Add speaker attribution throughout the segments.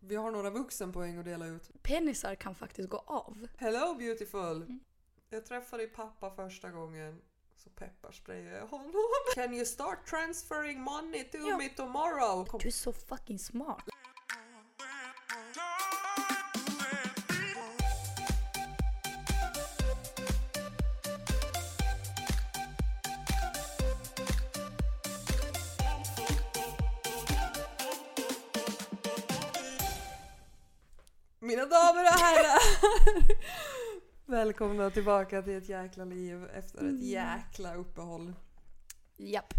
Speaker 1: Vi har några vuxenpoäng att dela ut.
Speaker 2: Penisar kan faktiskt gå av.
Speaker 1: Hello beautiful! Jag träffade pappa första gången. Så pepparsprayade jag honom. Can you start transferring money to
Speaker 2: Ja.
Speaker 1: me tomorrow? Kom.
Speaker 2: Du är så fucking smart.
Speaker 1: Mina damer och herrar! Välkomna tillbaka till ett jäkla liv efter ett jäkla uppehåll.
Speaker 2: Japp.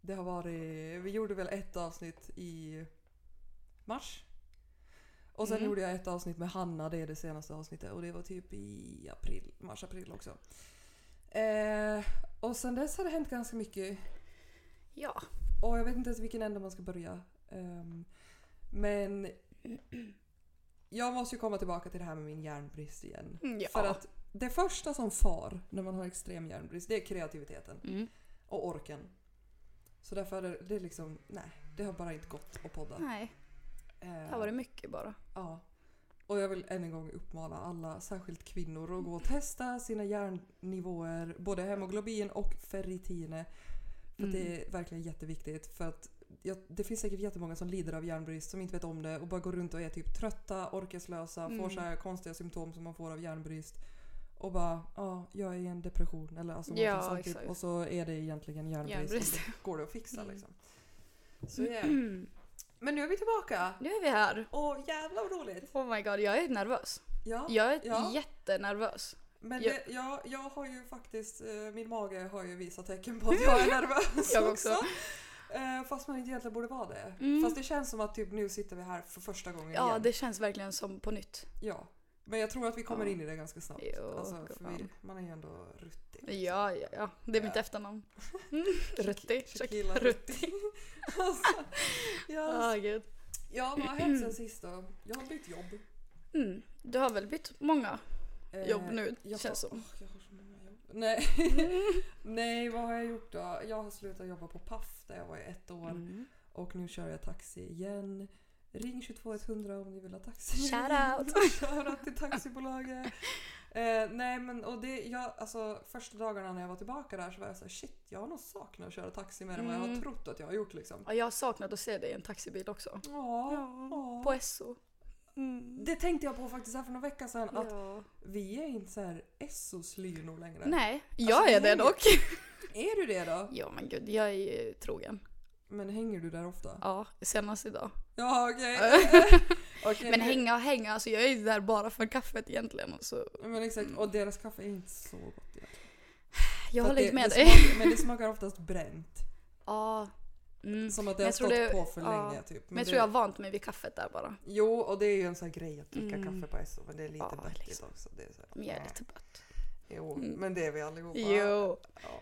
Speaker 1: Det har varit... Vi gjorde väl ett avsnitt i mars? Och sen
Speaker 2: Mm.
Speaker 1: gjorde jag ett avsnitt med Hanna, det är det senaste avsnittet. Och det var typ i april, mars-april också. Eh, och sen dess har det hänt ganska mycket.
Speaker 2: Ja.
Speaker 1: Och jag vet inte ens vilken ände man ska börja. Ehm, men jag måste ju komma tillbaka till det här med min järnbrist igen.
Speaker 2: ja.
Speaker 1: För att det första som far när man har extrem järnbrist, det är kreativiteten
Speaker 2: Mm.
Speaker 1: och orken. Så därför är det, det är liksom, nej, det har bara inte gått att podda.
Speaker 2: Nej, det
Speaker 1: Eh,
Speaker 2: här var det mycket bara.
Speaker 1: Ja. Och jag vill än en gång uppmana alla, särskilt kvinnor, att gå och testa sina järnnivåer, både hemoglobin och ferritine. För att
Speaker 2: Mm.
Speaker 1: Det är verkligen jätteviktigt. För att jag, det finns säkert jättemånga som lider av järnbrist som inte vet om det och bara går runt och är typ trötta, orkeslösa, får
Speaker 2: Mm.
Speaker 1: så här konstiga symptom som man får av järnbrist. Och bara, ja, jag är i en depression eller alltså
Speaker 2: Ja,
Speaker 1: någonting sånt typ.
Speaker 2: exakt.
Speaker 1: Och så är det egentligen järnbrist.
Speaker 2: Järnbrist.
Speaker 1: Och det går det att fixa
Speaker 2: Mm.
Speaker 1: liksom. Så, yeah. Men nu är vi tillbaka!
Speaker 2: Nu är vi här.
Speaker 1: Åh jävlar vad roligt!
Speaker 2: Oh my god, jag är nervös.
Speaker 1: Ja.
Speaker 2: Jag är
Speaker 1: Ja.
Speaker 2: jättenervös.
Speaker 1: Men
Speaker 2: Ja.
Speaker 1: det, jag, jag har ju faktiskt, eh, min mage har ju visat tecken på att jag är nervös
Speaker 2: Jag också.
Speaker 1: också. Eh, Fast man inte egentligen borde vara det.
Speaker 2: Mm.
Speaker 1: Fast det känns som att typ nu sitter vi här för första gången
Speaker 2: Ja,
Speaker 1: igen.
Speaker 2: det känns verkligen som på nytt.
Speaker 1: Ja. Men jag tror att vi kommer
Speaker 2: Ja.
Speaker 1: in i det ganska snabbt.
Speaker 2: Jo,
Speaker 1: alltså, för vi,
Speaker 2: fan.
Speaker 1: man är ju ändå ruttig.
Speaker 2: Ja, ja, ja. Det är mitt
Speaker 1: Ja.
Speaker 2: efternamn. Rutti.
Speaker 1: Shakila
Speaker 2: Rutti.
Speaker 1: Rutti. alltså, ja,
Speaker 2: Ah, gud.
Speaker 1: ja, vad har hänt sen sist då? Jag har bytt jobb.
Speaker 2: Mm. Du har väl bytt många
Speaker 1: Eh,
Speaker 2: jobb nu,
Speaker 1: jag
Speaker 2: känns
Speaker 1: har-
Speaker 2: som.
Speaker 1: åh, jag har så många jobb. Nej. Nej, vad har jag gjort då? Jag har slutat jobba på Paf där jag var i ett år.
Speaker 2: Mm.
Speaker 1: Och nu kör jag taxi igen. Ring 22100 om ni vill ha taxi.
Speaker 2: Shoutout.
Speaker 1: Shoutout till taxibolaget. Eh, nej men och det, jag, alltså, första dagarna när jag var tillbaka där så var jag såhär shit jag har nog saknat att köra taxi mer än vad jag har
Speaker 2: Mm.
Speaker 1: trott att jag har gjort liksom.
Speaker 2: Ja, jag har saknat att se dig i en taxibil också.
Speaker 1: Ja, ja.
Speaker 2: På SO. Mm.
Speaker 1: Det tänkte jag på faktiskt här för några veckor sedan att
Speaker 2: Ja.
Speaker 1: vi är inte såhär SOs lynor längre.
Speaker 2: Nej, jag
Speaker 1: Alltså,
Speaker 2: är det
Speaker 1: hänger-
Speaker 2: dock.
Speaker 1: Är du det då?
Speaker 2: Ja men gud, jag är ju trogen.
Speaker 1: Men hänger du där ofta?
Speaker 2: Ja, senast idag.
Speaker 1: Ja okej. Okej,
Speaker 2: Men
Speaker 1: nu-
Speaker 2: hänga och hänga, alltså jag är ju där bara för kaffet egentligen. Så
Speaker 1: Men exakt, och deras kaffe är inte så gott egentligen.
Speaker 2: jag
Speaker 1: För att
Speaker 2: håller inte
Speaker 1: det-
Speaker 2: med
Speaker 1: det
Speaker 2: dig.
Speaker 1: smakar- Men det smakar oftast bränt.
Speaker 2: Ja. Mm.
Speaker 1: Som att det
Speaker 2: Men
Speaker 1: har
Speaker 2: jag
Speaker 1: stått
Speaker 2: tror det-
Speaker 1: på för
Speaker 2: ja.
Speaker 1: länge. Typ.
Speaker 2: Men jag
Speaker 1: det-
Speaker 2: tror jag har vant mig vid kaffet där bara.
Speaker 1: Jo, och det är ju en sån här grej att dricka
Speaker 2: Mm.
Speaker 1: kaffe på SO, men det är lite
Speaker 2: Ja,
Speaker 1: böttigt
Speaker 2: liksom.
Speaker 1: också. Det är så här,
Speaker 2: Men jag är
Speaker 1: ja.
Speaker 2: lite bött.
Speaker 1: Jo,
Speaker 2: Mm.
Speaker 1: men det är vi allihopa.
Speaker 2: typ Jo.
Speaker 1: Ja.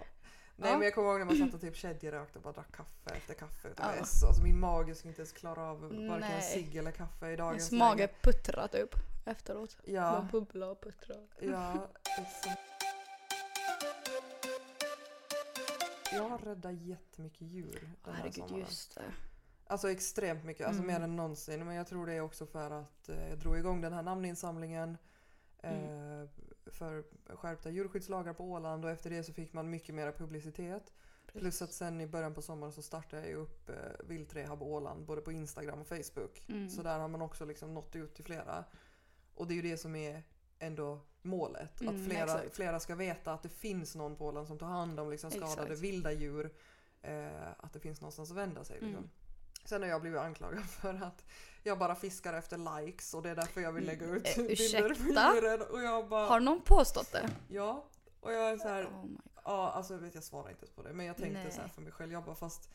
Speaker 1: Nej
Speaker 2: Ja.
Speaker 1: men jag kommer ihåg när man satt och typ kedjerökt och bara drack kaffe efter kaffe utanför
Speaker 2: Ja.
Speaker 1: SO. Alltså min mage skulle inte ens klara av varken
Speaker 2: Nej.
Speaker 1: cigg eller kaffe i dagens
Speaker 2: Ens mage
Speaker 1: läge.
Speaker 2: puttrar typ efteråt.
Speaker 1: Ja,
Speaker 2: Man bubblar och puttrar.
Speaker 1: ja, exakt. Jag har räddat jättemycket djur den här
Speaker 2: Herregud,
Speaker 1: sommaren.
Speaker 2: just det.
Speaker 1: Alltså extremt mycket, alltså
Speaker 2: Mm.
Speaker 1: mer än någonsin. Men jag tror det är också för att eh, jag drog igång den här namninsamlingen
Speaker 2: Mm.
Speaker 1: eh, för skärpta djurskyddslagar på Åland och efter det så fick man mycket mer publicitet. Plus att sen i början på sommaren så startade jag ju upp eh, Viltrehab Åland både på Instagram och Facebook.
Speaker 2: Mm.
Speaker 1: Så där har man också liksom nått ut till flera. Och det är ju det som är ändå målet.
Speaker 2: Mm,
Speaker 1: att flera,
Speaker 2: exakt.
Speaker 1: flera ska veta att det finns någon på Åland som tar hand om liksom skadade
Speaker 2: Exakt.
Speaker 1: vilda djur. Eh, att det finns någonstans att vända sig. Liksom.
Speaker 2: Mm.
Speaker 1: Sen har jag blivit anklagad för att jag bara fiskar efter likes och det är därför jag vill lägga ut
Speaker 2: Eh,
Speaker 1: bilder på
Speaker 2: ursäkta?
Speaker 1: djuren. Och jag bara,
Speaker 2: Har någon påstått det?
Speaker 1: ja. Och jag är så här,
Speaker 2: Oh my
Speaker 1: Ja, alltså vet jag svarar inte ens på det. Men jag tänkte
Speaker 2: Nej.
Speaker 1: så här för mig själv. Jag bara fast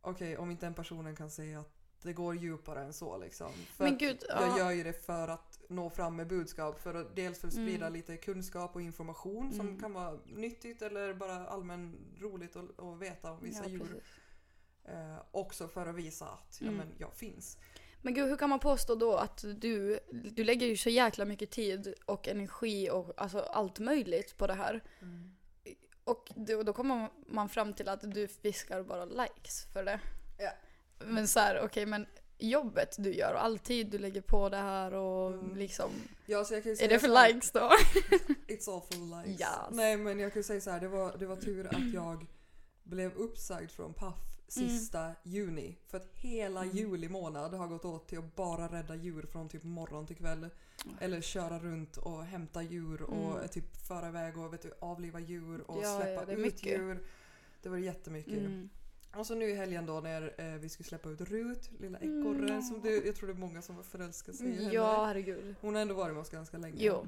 Speaker 1: okej om inte den personen kan säga att det går djupare än så liksom. För
Speaker 2: Men
Speaker 1: att
Speaker 2: gud,
Speaker 1: jag
Speaker 2: ja.
Speaker 1: gör ju det för att nå fram med budskap. För att, dels för att sprida
Speaker 2: Mm.
Speaker 1: lite kunskap och information som
Speaker 2: Mm.
Speaker 1: kan vara nyttigt eller bara allmän roligt att, att veta om vissa
Speaker 2: Ja,
Speaker 1: djur.
Speaker 2: precis.
Speaker 1: Eh, också för att visa att ja,
Speaker 2: Mm.
Speaker 1: men jag finns.
Speaker 2: Men gud, hur kan man påstå då att du, du lägger ju så jäkla mycket tid och energi och alltså allt möjligt på det här. Mm. Och då, då kommer man fram till att du fiskar bara likes för det.
Speaker 1: Ja.
Speaker 2: Men så här, okej men jobbet du gör och all tid du lägger på det här och
Speaker 1: Mm.
Speaker 2: liksom.
Speaker 1: Ja, så jag kan ju
Speaker 2: Är
Speaker 1: säga
Speaker 2: det för
Speaker 1: så här-
Speaker 2: likes då?
Speaker 1: It's all for likes.
Speaker 2: Yes.
Speaker 1: Nej men jag kan ju säga så här, det var, det var tur att jag blev uppsagd från Paf
Speaker 2: Mm.
Speaker 1: sista juni. För att hela juli månad har gått åt till att bara rädda djur från typ morgon till kväll. Eller köra runt och hämta djur och
Speaker 2: Mm.
Speaker 1: typ föra iväg och vet du, avliva djur och
Speaker 2: Ja, ja,
Speaker 1: släppa
Speaker 2: det är
Speaker 1: ut
Speaker 2: mycket.
Speaker 1: djur. Det var jättemycket.
Speaker 2: Mm.
Speaker 1: Och så nu i helgen då när eh, vi skulle släppa ut Rut, lilla
Speaker 2: Mm.
Speaker 1: ekorren som du, jag tror det är många som har förälskat sig i henne.
Speaker 2: Ja, herregud.
Speaker 1: Hon har ändå varit med oss ganska länge.
Speaker 2: Jo.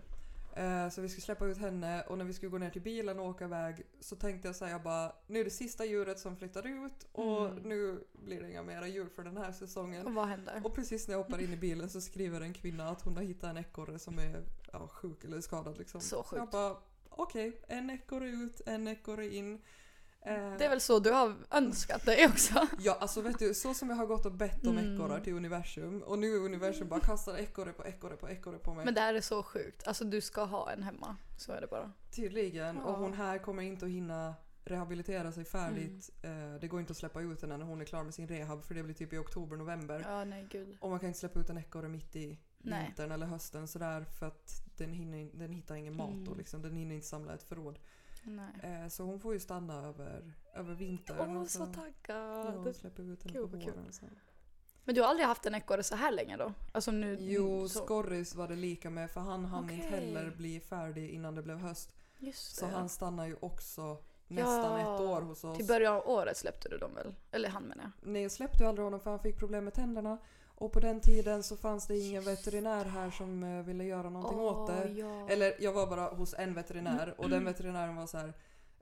Speaker 1: Eh, Så vi skulle släppa ut henne och när vi skulle gå ner till bilen och åka iväg så tänkte jag säga jag bara nu är det sista djuret som flyttar ut och
Speaker 2: Mm.
Speaker 1: nu blir det inga mera djur för den här säsongen.
Speaker 2: Och vad händer?
Speaker 1: Och precis när jag hoppar in i bilen så skriver en kvinna att hon har hittat en ekorre som är ja, sjuk eller skadad liksom.
Speaker 2: Så sjukt.
Speaker 1: Jag bara okej, en ekorre ut, en ekorre in. Eh,
Speaker 2: Det är väl så du har önskat dig också?
Speaker 1: Ja, alltså vet du, så som jag har gått och bett om
Speaker 2: Mm.
Speaker 1: ekorrar till universum och nu är universum bara kastar ekorre på ekorre på ekorre på mig.
Speaker 2: Men det här är så sjukt. Alltså du ska ha en hemma. Så är det bara.
Speaker 1: Tydligen.
Speaker 2: Ja.
Speaker 1: Och hon här kommer inte att hinna rehabilitera sig färdigt.
Speaker 2: Mm.
Speaker 1: Eh, Det går inte att släppa ut henne när hon är klar med sin rehab för det blir typ i oktober, november.
Speaker 2: Ja, nej gud.
Speaker 1: Och man kan inte släppa ut en ekorre mitt i
Speaker 2: Nej.
Speaker 1: vintern eller hösten sådär för att den, hinner, in- den hittar ingen mat då
Speaker 2: Mm.
Speaker 1: liksom. Den hinner inte samla ett förråd.
Speaker 2: Nej.
Speaker 1: Eh, Så hon får ju stanna över, över vintern.
Speaker 2: Åh,
Speaker 1: och
Speaker 2: så
Speaker 1: sen- Ja,
Speaker 2: taggad.
Speaker 1: hon släpper ut henne
Speaker 2: Gud,
Speaker 1: på
Speaker 2: vad kul.
Speaker 1: våren. Sen.
Speaker 2: Men du har aldrig haft en ekorre så här länge då? Alltså nu...
Speaker 1: Jo,
Speaker 2: så.
Speaker 1: Skorris var det lika med för han hann inte
Speaker 2: Okej.
Speaker 1: heller bli färdig innan det blev höst.
Speaker 2: Just
Speaker 1: Så
Speaker 2: det.
Speaker 1: han stannar ju också nästan
Speaker 2: Ja.
Speaker 1: ett år hos oss.
Speaker 2: Till början av året släppte du dem väl? Eller han menar jag.
Speaker 1: Nej, jag släppte ju aldrig honom för han fick problem med tänderna. Och på den tiden så fanns det ingen veterinär här som eh, ville göra någonting åt det.
Speaker 2: Ja. Mm.
Speaker 1: Eller jag var bara hos en veterinär och den veterinären var så här.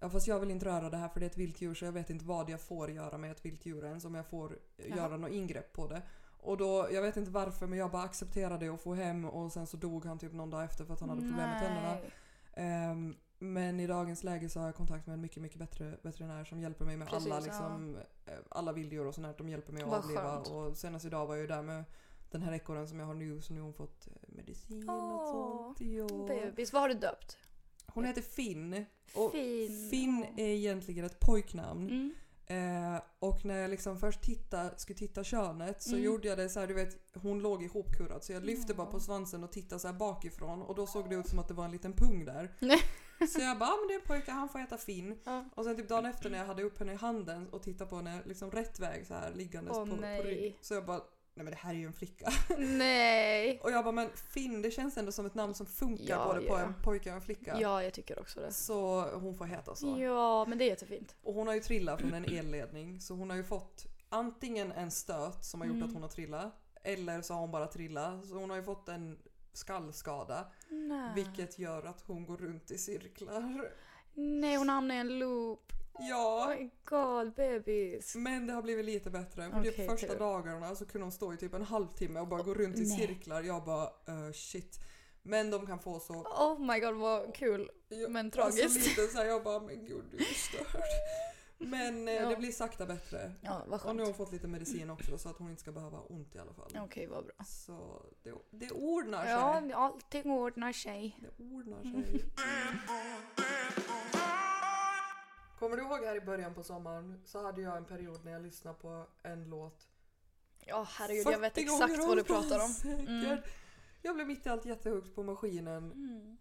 Speaker 1: Ja fast jag vill inte röra det här för det är ett vilt djur så jag vet inte vad jag får göra med ett vilt djur ens om jag får eh,
Speaker 2: Jaha.
Speaker 1: göra något ingrepp på det. Och då, jag vet inte varför men jag bara accepterade det och for hem och sen så dog han typ någon dag efter för att han hade problem med tänderna.
Speaker 2: Nej.
Speaker 1: Ehm, men i dagens läge så har jag kontakt med en mycket, mycket bättre veterinär som hjälper mig med
Speaker 2: Precis,
Speaker 1: alla,
Speaker 2: ja.
Speaker 1: liksom, eh, alla vilddjur och sånt där. De hjälper mig att
Speaker 2: Vad
Speaker 1: avliva.
Speaker 2: skönt.
Speaker 1: Och senast idag var jag ju där med den här ekorren som jag har nu så nu har hon fått eh, medicin och
Speaker 2: Åh,
Speaker 1: sånt. Ja.
Speaker 2: Bebis, vad har du döpt?
Speaker 1: Hon heter Finn. Och
Speaker 2: Finn.
Speaker 1: Finn är egentligen ett pojknamn.
Speaker 2: Mm.
Speaker 1: Eh, och när jag liksom först titta, skulle titta könet så
Speaker 2: Mm.
Speaker 1: gjorde jag det så här, du vet hon låg ihopkurrad så jag lyfte
Speaker 2: Ja.
Speaker 1: bara på svansen och tittade så här bakifrån och då såg det ut som att det var en liten pung där.
Speaker 2: Nej.
Speaker 1: så jag bara, "Ah, men det är en pojke, han får heta Finn.
Speaker 2: Ja.
Speaker 1: Och sen typ dagen efter när jag hade upp henne i handen och tittade på henne liksom rätt väg så här liggandes
Speaker 2: Åh,
Speaker 1: på,
Speaker 2: nej.
Speaker 1: på rygg. Så jag bara, nej men det här är ju en flicka.
Speaker 2: Nej!
Speaker 1: Och jag bara, men Finn det känns ändå som ett namn som funkar
Speaker 2: Ja,
Speaker 1: både på
Speaker 2: ja.
Speaker 1: en pojke och en flicka.
Speaker 2: Ja. jag tycker också det.
Speaker 1: Så hon får heta så.
Speaker 2: Ja, men det är jättefint.
Speaker 1: Och hon har ju trillat från en elledning så hon har ju fått antingen en stöt som har gjort
Speaker 2: Mm.
Speaker 1: att hon har trillat eller så har hon bara trillat. Så hon har ju fått en skallskada
Speaker 2: Nej.
Speaker 1: vilket gör att hon går runt i cirklar.
Speaker 2: Nej, hon hamnar i en loop. Oh
Speaker 1: Ja,
Speaker 2: my god, bebis.
Speaker 1: men det har blivit lite bättre. För
Speaker 2: Okej,
Speaker 1: de första
Speaker 2: tur.
Speaker 1: dagarna så kunde hon stå i typ en halvtimme och bara gå runt i
Speaker 2: Nej.
Speaker 1: cirklar. Jag bara eh, shit. Men de kan få så.
Speaker 2: Oh my god, vad kul.
Speaker 1: Jag,
Speaker 2: Men tragiskt.
Speaker 1: Alltså lite så här, jag bara men gud du är störd. Men eh,
Speaker 2: Ja.
Speaker 1: det blir sakta bättre.
Speaker 2: Ja, vad
Speaker 1: Och nu har
Speaker 2: skönt.
Speaker 1: hon fått lite medicin också så att hon inte ska behöva ha ont i alla fall.
Speaker 2: Okej, vad bra.
Speaker 1: Så det, det ordnar sig.
Speaker 2: Ja, allting ordnar sig.
Speaker 1: Det ordnar sig. Kommer du ihåg här i början på sommaren så hade jag en period när jag lyssnade på en låt.
Speaker 2: Ja, herregud, jag vet
Speaker 1: 40
Speaker 2: exakt
Speaker 1: gånger
Speaker 2: vad du
Speaker 1: om dagen
Speaker 2: pratar om.
Speaker 1: säkert.
Speaker 2: Mm.
Speaker 1: Jag blev mitt i allt jättehögt på maskinen.
Speaker 2: Mm.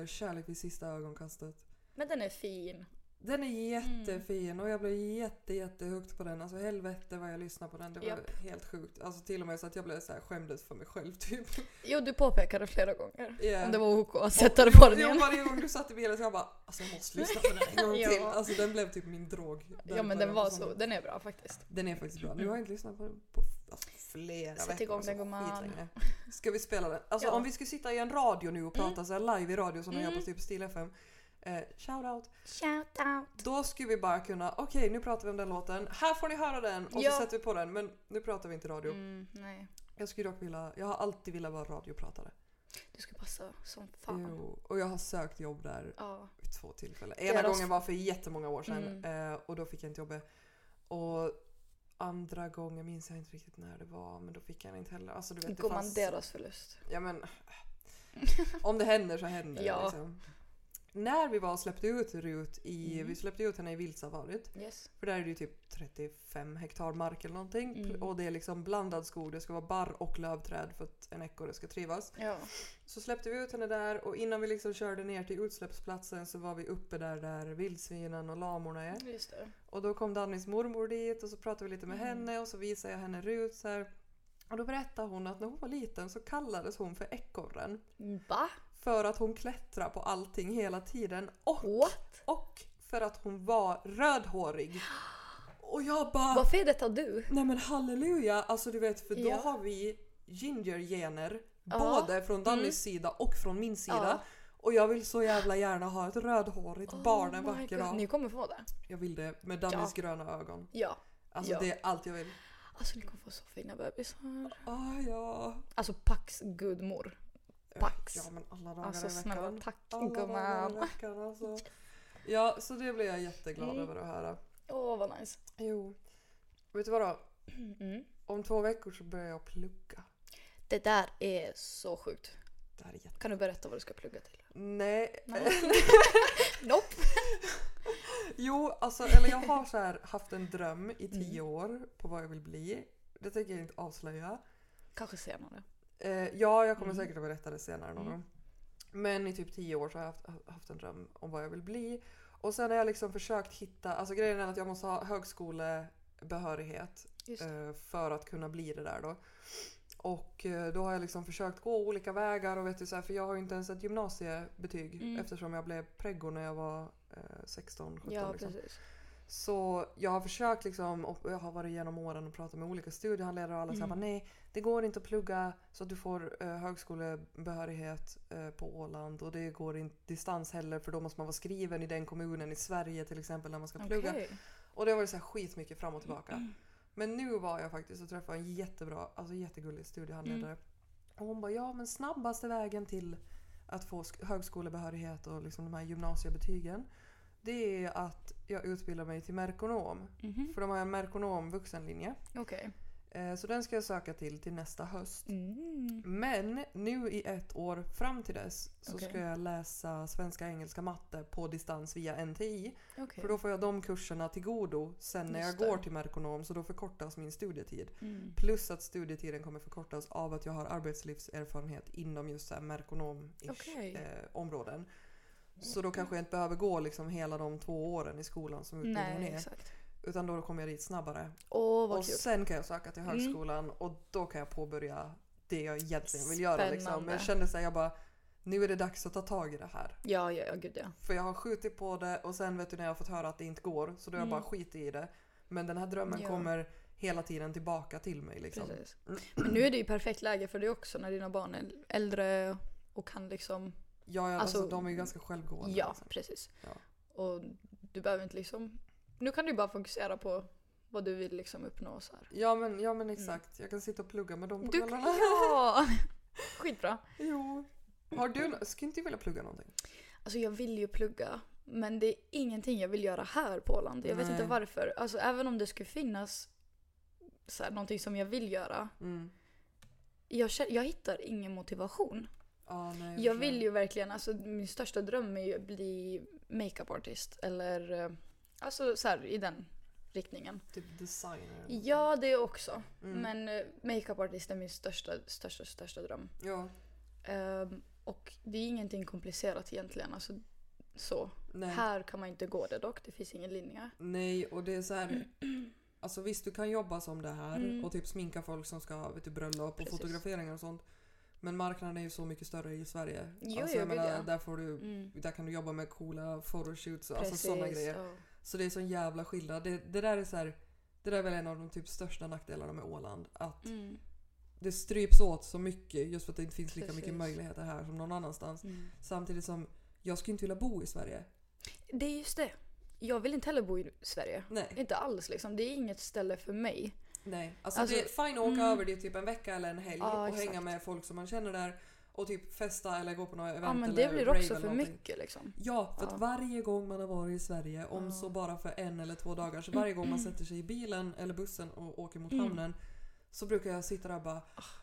Speaker 1: eh, Kärlek vid sista ögonkastet.
Speaker 2: Men den är fin.
Speaker 1: Den är
Speaker 2: Mm.
Speaker 1: jättefin och jag blev jätte, jättehögt på den. Alltså helvete vad jag lyssnade på den. Det var
Speaker 2: Japp.
Speaker 1: helt sjukt. Alltså till och med så att jag blev så här skämdes för mig själv typ.
Speaker 2: Jo, du påpekade flera gånger.
Speaker 1: Yeah.
Speaker 2: Om det var OK att sätta det på den
Speaker 1: Jo,
Speaker 2: igen.
Speaker 1: varje gång du satt i bilen så jag bara alltså jag måste lyssna på den här en gång
Speaker 2: Ja.
Speaker 1: till. Alltså den blev typ min drog.
Speaker 2: Ja, men den var så. Den är bra faktiskt.
Speaker 1: Den är faktiskt bra. Nu har jag inte lyssnat på den på alltså, flera
Speaker 2: Sätt igång
Speaker 1: alltså,
Speaker 2: den, gumman.
Speaker 1: skitlänge. Ska vi spela den? Alltså
Speaker 2: Ja.
Speaker 1: om vi skulle sitta i en radio nu och prata så här live i radio som jag gör
Speaker 2: Mm.
Speaker 1: på typ Stil FM. Eh, shout out.
Speaker 2: Shout out.
Speaker 1: Då skulle vi bara kunna, okej nu pratar vi om den låten, här får ni höra den och
Speaker 2: Ja.
Speaker 1: så sätter vi på den men nu pratar vi inte radio.
Speaker 2: Mm, nej,
Speaker 1: Jag skulle dock vilja, jag har alltid velat vara radiopratare.
Speaker 2: du skulle passa som fan.
Speaker 1: Jo, och jag har sökt jobb där
Speaker 2: Ja.
Speaker 1: vid två tillfällen.
Speaker 2: är
Speaker 1: Ena
Speaker 2: de- Mm.
Speaker 1: gången var för jättemånga år sedan eh, och då fick jag inte jobbet. Och andra gången minns jag inte riktigt när det var men då fick jag inte heller. Alltså, du vet, det
Speaker 2: Går man
Speaker 1: fanns,
Speaker 2: deras förlust?
Speaker 1: Ja men om det händer så händer det
Speaker 2: Ja.
Speaker 1: liksom. när vi var och släppte ut Rut i,
Speaker 2: Mm.
Speaker 1: vi släppte ut henne i vildsafariet.
Speaker 2: Yes.
Speaker 1: För där är det ju typ 35 hektar mark eller någonting. Pl-
Speaker 2: Mm.
Speaker 1: Och det är liksom blandad skog, det ska vara barr och lövträd för att en ekorre ska trivas.
Speaker 2: Ja.
Speaker 1: Så släppte vi ut henne där och innan vi liksom körde ner till utsläppsplatsen så var vi uppe där där vildsvinen och lamorna är.
Speaker 2: Just det.
Speaker 1: Och då kom Dannys mormor dit och så pratade vi lite med
Speaker 2: Mm.
Speaker 1: henne och så visade jag henne Rut så här. Och då berättade hon att när hon var liten så kallades hon för ekorren.
Speaker 2: Va?
Speaker 1: För att hon klättrade på allting hela tiden och,
Speaker 2: What?
Speaker 1: och för att hon var rödhårig. Och jag bara,
Speaker 2: Varför är detta du?
Speaker 1: nej men halleluja! Alltså du vet, för då
Speaker 2: Ja.
Speaker 1: har vi ginger-gener
Speaker 2: Ja.
Speaker 1: både från Dannys
Speaker 2: Mm.
Speaker 1: sida och från min sida.
Speaker 2: Ja. Oh
Speaker 1: Och jag vill så jävla gärna ha ett rödhårigt barn en
Speaker 2: my
Speaker 1: vacker
Speaker 2: God.
Speaker 1: dag.
Speaker 2: Ni kommer få det.
Speaker 1: Jag vill det med Dannys gröna ögon.
Speaker 2: Ja.
Speaker 1: Alltså
Speaker 2: Ja.
Speaker 1: det är allt jag vill.
Speaker 2: Alltså ni kommer få så fina bebisar.
Speaker 1: Ah, ja.
Speaker 2: Alltså Pax gudmor. Pax.
Speaker 1: Ja men alla dagar
Speaker 2: Alltså
Speaker 1: i veckan.
Speaker 2: snälla tack
Speaker 1: alla dagar i
Speaker 2: gumman.
Speaker 1: veckan alltså. Ja, så det blev jag jätteglad
Speaker 2: Mm.
Speaker 1: över att höra.
Speaker 2: Åh vad nice.
Speaker 1: Jo. Vet du vad då?
Speaker 2: Mm.
Speaker 1: Om två veckor så börjar jag plugga.
Speaker 2: Det där är så sjukt.
Speaker 1: Det här är jätte...
Speaker 2: Kan du berätta vad du ska plugga till?
Speaker 1: Nej.
Speaker 2: Nej. nope.
Speaker 1: Jo, alltså eller jag har så här haft en dröm i tio
Speaker 2: Mm.
Speaker 1: år på vad jag vill bli. Det tänker jag inte avslöja.
Speaker 2: Kanske senare.
Speaker 1: Eh, ja, jag kommer
Speaker 2: Mm.
Speaker 1: säkert att berätta det senare någon
Speaker 2: Mm.
Speaker 1: gång. Men i typ tio år så har jag haft, haft en dröm om vad jag vill bli. Och sen har jag liksom försökt hitta, alltså grejen är att jag måste ha högskolebehörighet
Speaker 2: Just
Speaker 1: eh, för att kunna bli det där då. Och eh, då har jag liksom försökt gå olika vägar och vet du så här, för jag har ju inte ens ett gymnasiebetyg
Speaker 2: Mm.
Speaker 1: eftersom jag blev preggo när jag var eh, 16, 17
Speaker 2: Ja
Speaker 1: liksom.
Speaker 2: precis.
Speaker 1: Så jag har försökt liksom, och jag har varit genom åren och pratat med olika studiehandledare och alla säger
Speaker 2: Mm.
Speaker 1: bara nej, det går inte att plugga så att du får eh, högskolebehörighet eh, på Åland och det går inte distans heller för då måste man vara skriven i den kommunen i Sverige till exempel när man ska plugga.
Speaker 2: Okej.
Speaker 1: Och det har varit så här skitmycket fram och tillbaka.
Speaker 2: Mm.
Speaker 1: Men nu var jag faktiskt och träffade en jättebra, alltså jättegullig studiehandledare.
Speaker 2: Mm.
Speaker 1: Och hon bara ja men snabbaste vägen till att få sk- högskolebehörighet och liksom de här gymnasiebetygen. Det är att jag utbildar mig till merkonom.
Speaker 2: Mhm.
Speaker 1: För de har en merkonom vuxenlinje.
Speaker 2: Okej.
Speaker 1: Eh, Så den ska jag söka till till nästa höst.
Speaker 2: Mm.
Speaker 1: Men nu i ett år fram till dess så
Speaker 2: Okej.
Speaker 1: ska jag läsa svenska, engelska, matte på distans via NTI.
Speaker 2: Okej.
Speaker 1: För då får jag de kurserna till godo sen när jag
Speaker 2: Just
Speaker 1: går
Speaker 2: det.
Speaker 1: till Merkonom så då förkortas min studietid.
Speaker 2: Mm.
Speaker 1: Plus att studietiden kommer förkortas av att jag har arbetslivserfarenhet inom just så här merkonom
Speaker 2: Okej.
Speaker 1: eh, områden. Så då kanske jag inte behöver gå liksom hela de två åren i skolan som utbildningen
Speaker 2: Nej
Speaker 1: är.
Speaker 2: exakt.
Speaker 1: Utan då kommer jag dit snabbare.
Speaker 2: Åh vad
Speaker 1: och
Speaker 2: kul.
Speaker 1: sen kan jag söka till
Speaker 2: Mm.
Speaker 1: högskolan och då kan jag påbörja det jag egentligen vill göra. Liksom. Men
Speaker 2: Spännande.
Speaker 1: jag kände såhär, jag bara nu är det dags att ta tag i det här.
Speaker 2: Ja ja ja gud ja.
Speaker 1: För jag har skjutit på det och sen vet du när jag har fått höra att det inte går så då har jag
Speaker 2: Mm.
Speaker 1: bara skitit i det. Men den här drömmen
Speaker 2: Ja.
Speaker 1: kommer hela tiden tillbaka till mig. Liksom.
Speaker 2: Precis. Men nu är det ju perfekt läge för det också när dina barn är äldre och kan liksom
Speaker 1: Ja, ja, alltså,
Speaker 2: Alltså,
Speaker 1: de är ju ganska självgående.
Speaker 2: Ja,
Speaker 1: liksom.
Speaker 2: precis.
Speaker 1: Ja.
Speaker 2: Och du behöver inte liksom... Nu kan du bara fokusera på vad du vill liksom uppnå. Så här.
Speaker 1: ja, men, ja men exakt. Jag kan sitta och plugga med dem på
Speaker 2: Mm. Du,
Speaker 1: kvällarna.
Speaker 2: ja! Skitbra.
Speaker 1: Jo. Har du, nå- skulle inte du vilja plugga någonting?
Speaker 2: Alltså jag vill ju plugga. Men det är ingenting jag vill göra här på Åland. Jag vet
Speaker 1: Nej.
Speaker 2: inte varför. Alltså även om det skulle finnas så här, någonting som jag vill göra.
Speaker 1: Mm.
Speaker 2: Jag, kä- jag hittar ingen motivation.
Speaker 1: Ja, Ah, nej,
Speaker 2: Jag
Speaker 1: förstår.
Speaker 2: vill ju verkligen, alltså min största dröm är ju att bli makeup artist. Eller eh, alltså så här i den riktningen.
Speaker 1: Typ designer. eller
Speaker 2: Ja, det också.
Speaker 1: något. Mm.
Speaker 2: Men eh, makeup-artist är min största, största, största dröm.
Speaker 1: Ja,
Speaker 2: Ehm, och det är ingenting komplicerat egentligen. Alltså, så.
Speaker 1: nej.
Speaker 2: Här kan man inte gå det dock, det finns ingen linje.
Speaker 1: nej, och det är så här... Alltså visst, du kan jobba som det här
Speaker 2: Mm.
Speaker 1: och typ sminka folk som ska ha vet du, bröllop och
Speaker 2: Precis.
Speaker 1: fotograferingar och sånt. Men marknaden är ju så mycket större i Sverige.
Speaker 2: Jo,
Speaker 1: alltså, jag
Speaker 2: jo, gud,
Speaker 1: menar,
Speaker 2: ja.
Speaker 1: där, får du,
Speaker 2: Mm.
Speaker 1: där kan du jobba med coola photoshoots och alltså, sådana grejer.
Speaker 2: ja.
Speaker 1: Så det är sån jävla skillnad. Det, det där är så här, det där är väl en av de typ största nackdelarna med Åland. Att
Speaker 2: Mm.
Speaker 1: det stryps åt så mycket just för att det inte finns lika mycket
Speaker 2: Precis.
Speaker 1: möjligheter här som någon annanstans.
Speaker 2: Mm.
Speaker 1: Samtidigt som jag skulle inte vilja bo i Sverige.
Speaker 2: Det är just det. Jag vill inte heller bo i Sverige.
Speaker 1: Nej.
Speaker 2: Inte alls liksom. Det är inget ställe för mig.
Speaker 1: Nej. Alltså,
Speaker 2: Alltså,
Speaker 1: det är fine att åka
Speaker 2: mm.
Speaker 1: över det typ en vecka eller en helg
Speaker 2: Ja,
Speaker 1: och
Speaker 2: exakt.
Speaker 1: hänga med folk som man känner där och typ festa eller gå på några event
Speaker 2: Ja, men
Speaker 1: eller
Speaker 2: det blir
Speaker 1: rave
Speaker 2: också
Speaker 1: eller
Speaker 2: för
Speaker 1: någonting.
Speaker 2: mycket liksom.
Speaker 1: Ja, för
Speaker 2: Ja.
Speaker 1: att varje gång man har varit i Sverige, om
Speaker 2: Ja.
Speaker 1: så bara för en eller två dagar, så varje gång man sätter sig i bilen eller bussen och åker mot
Speaker 2: Mm. Ah.
Speaker 1: hamnen så brukar jag sitta där och bara "Uff,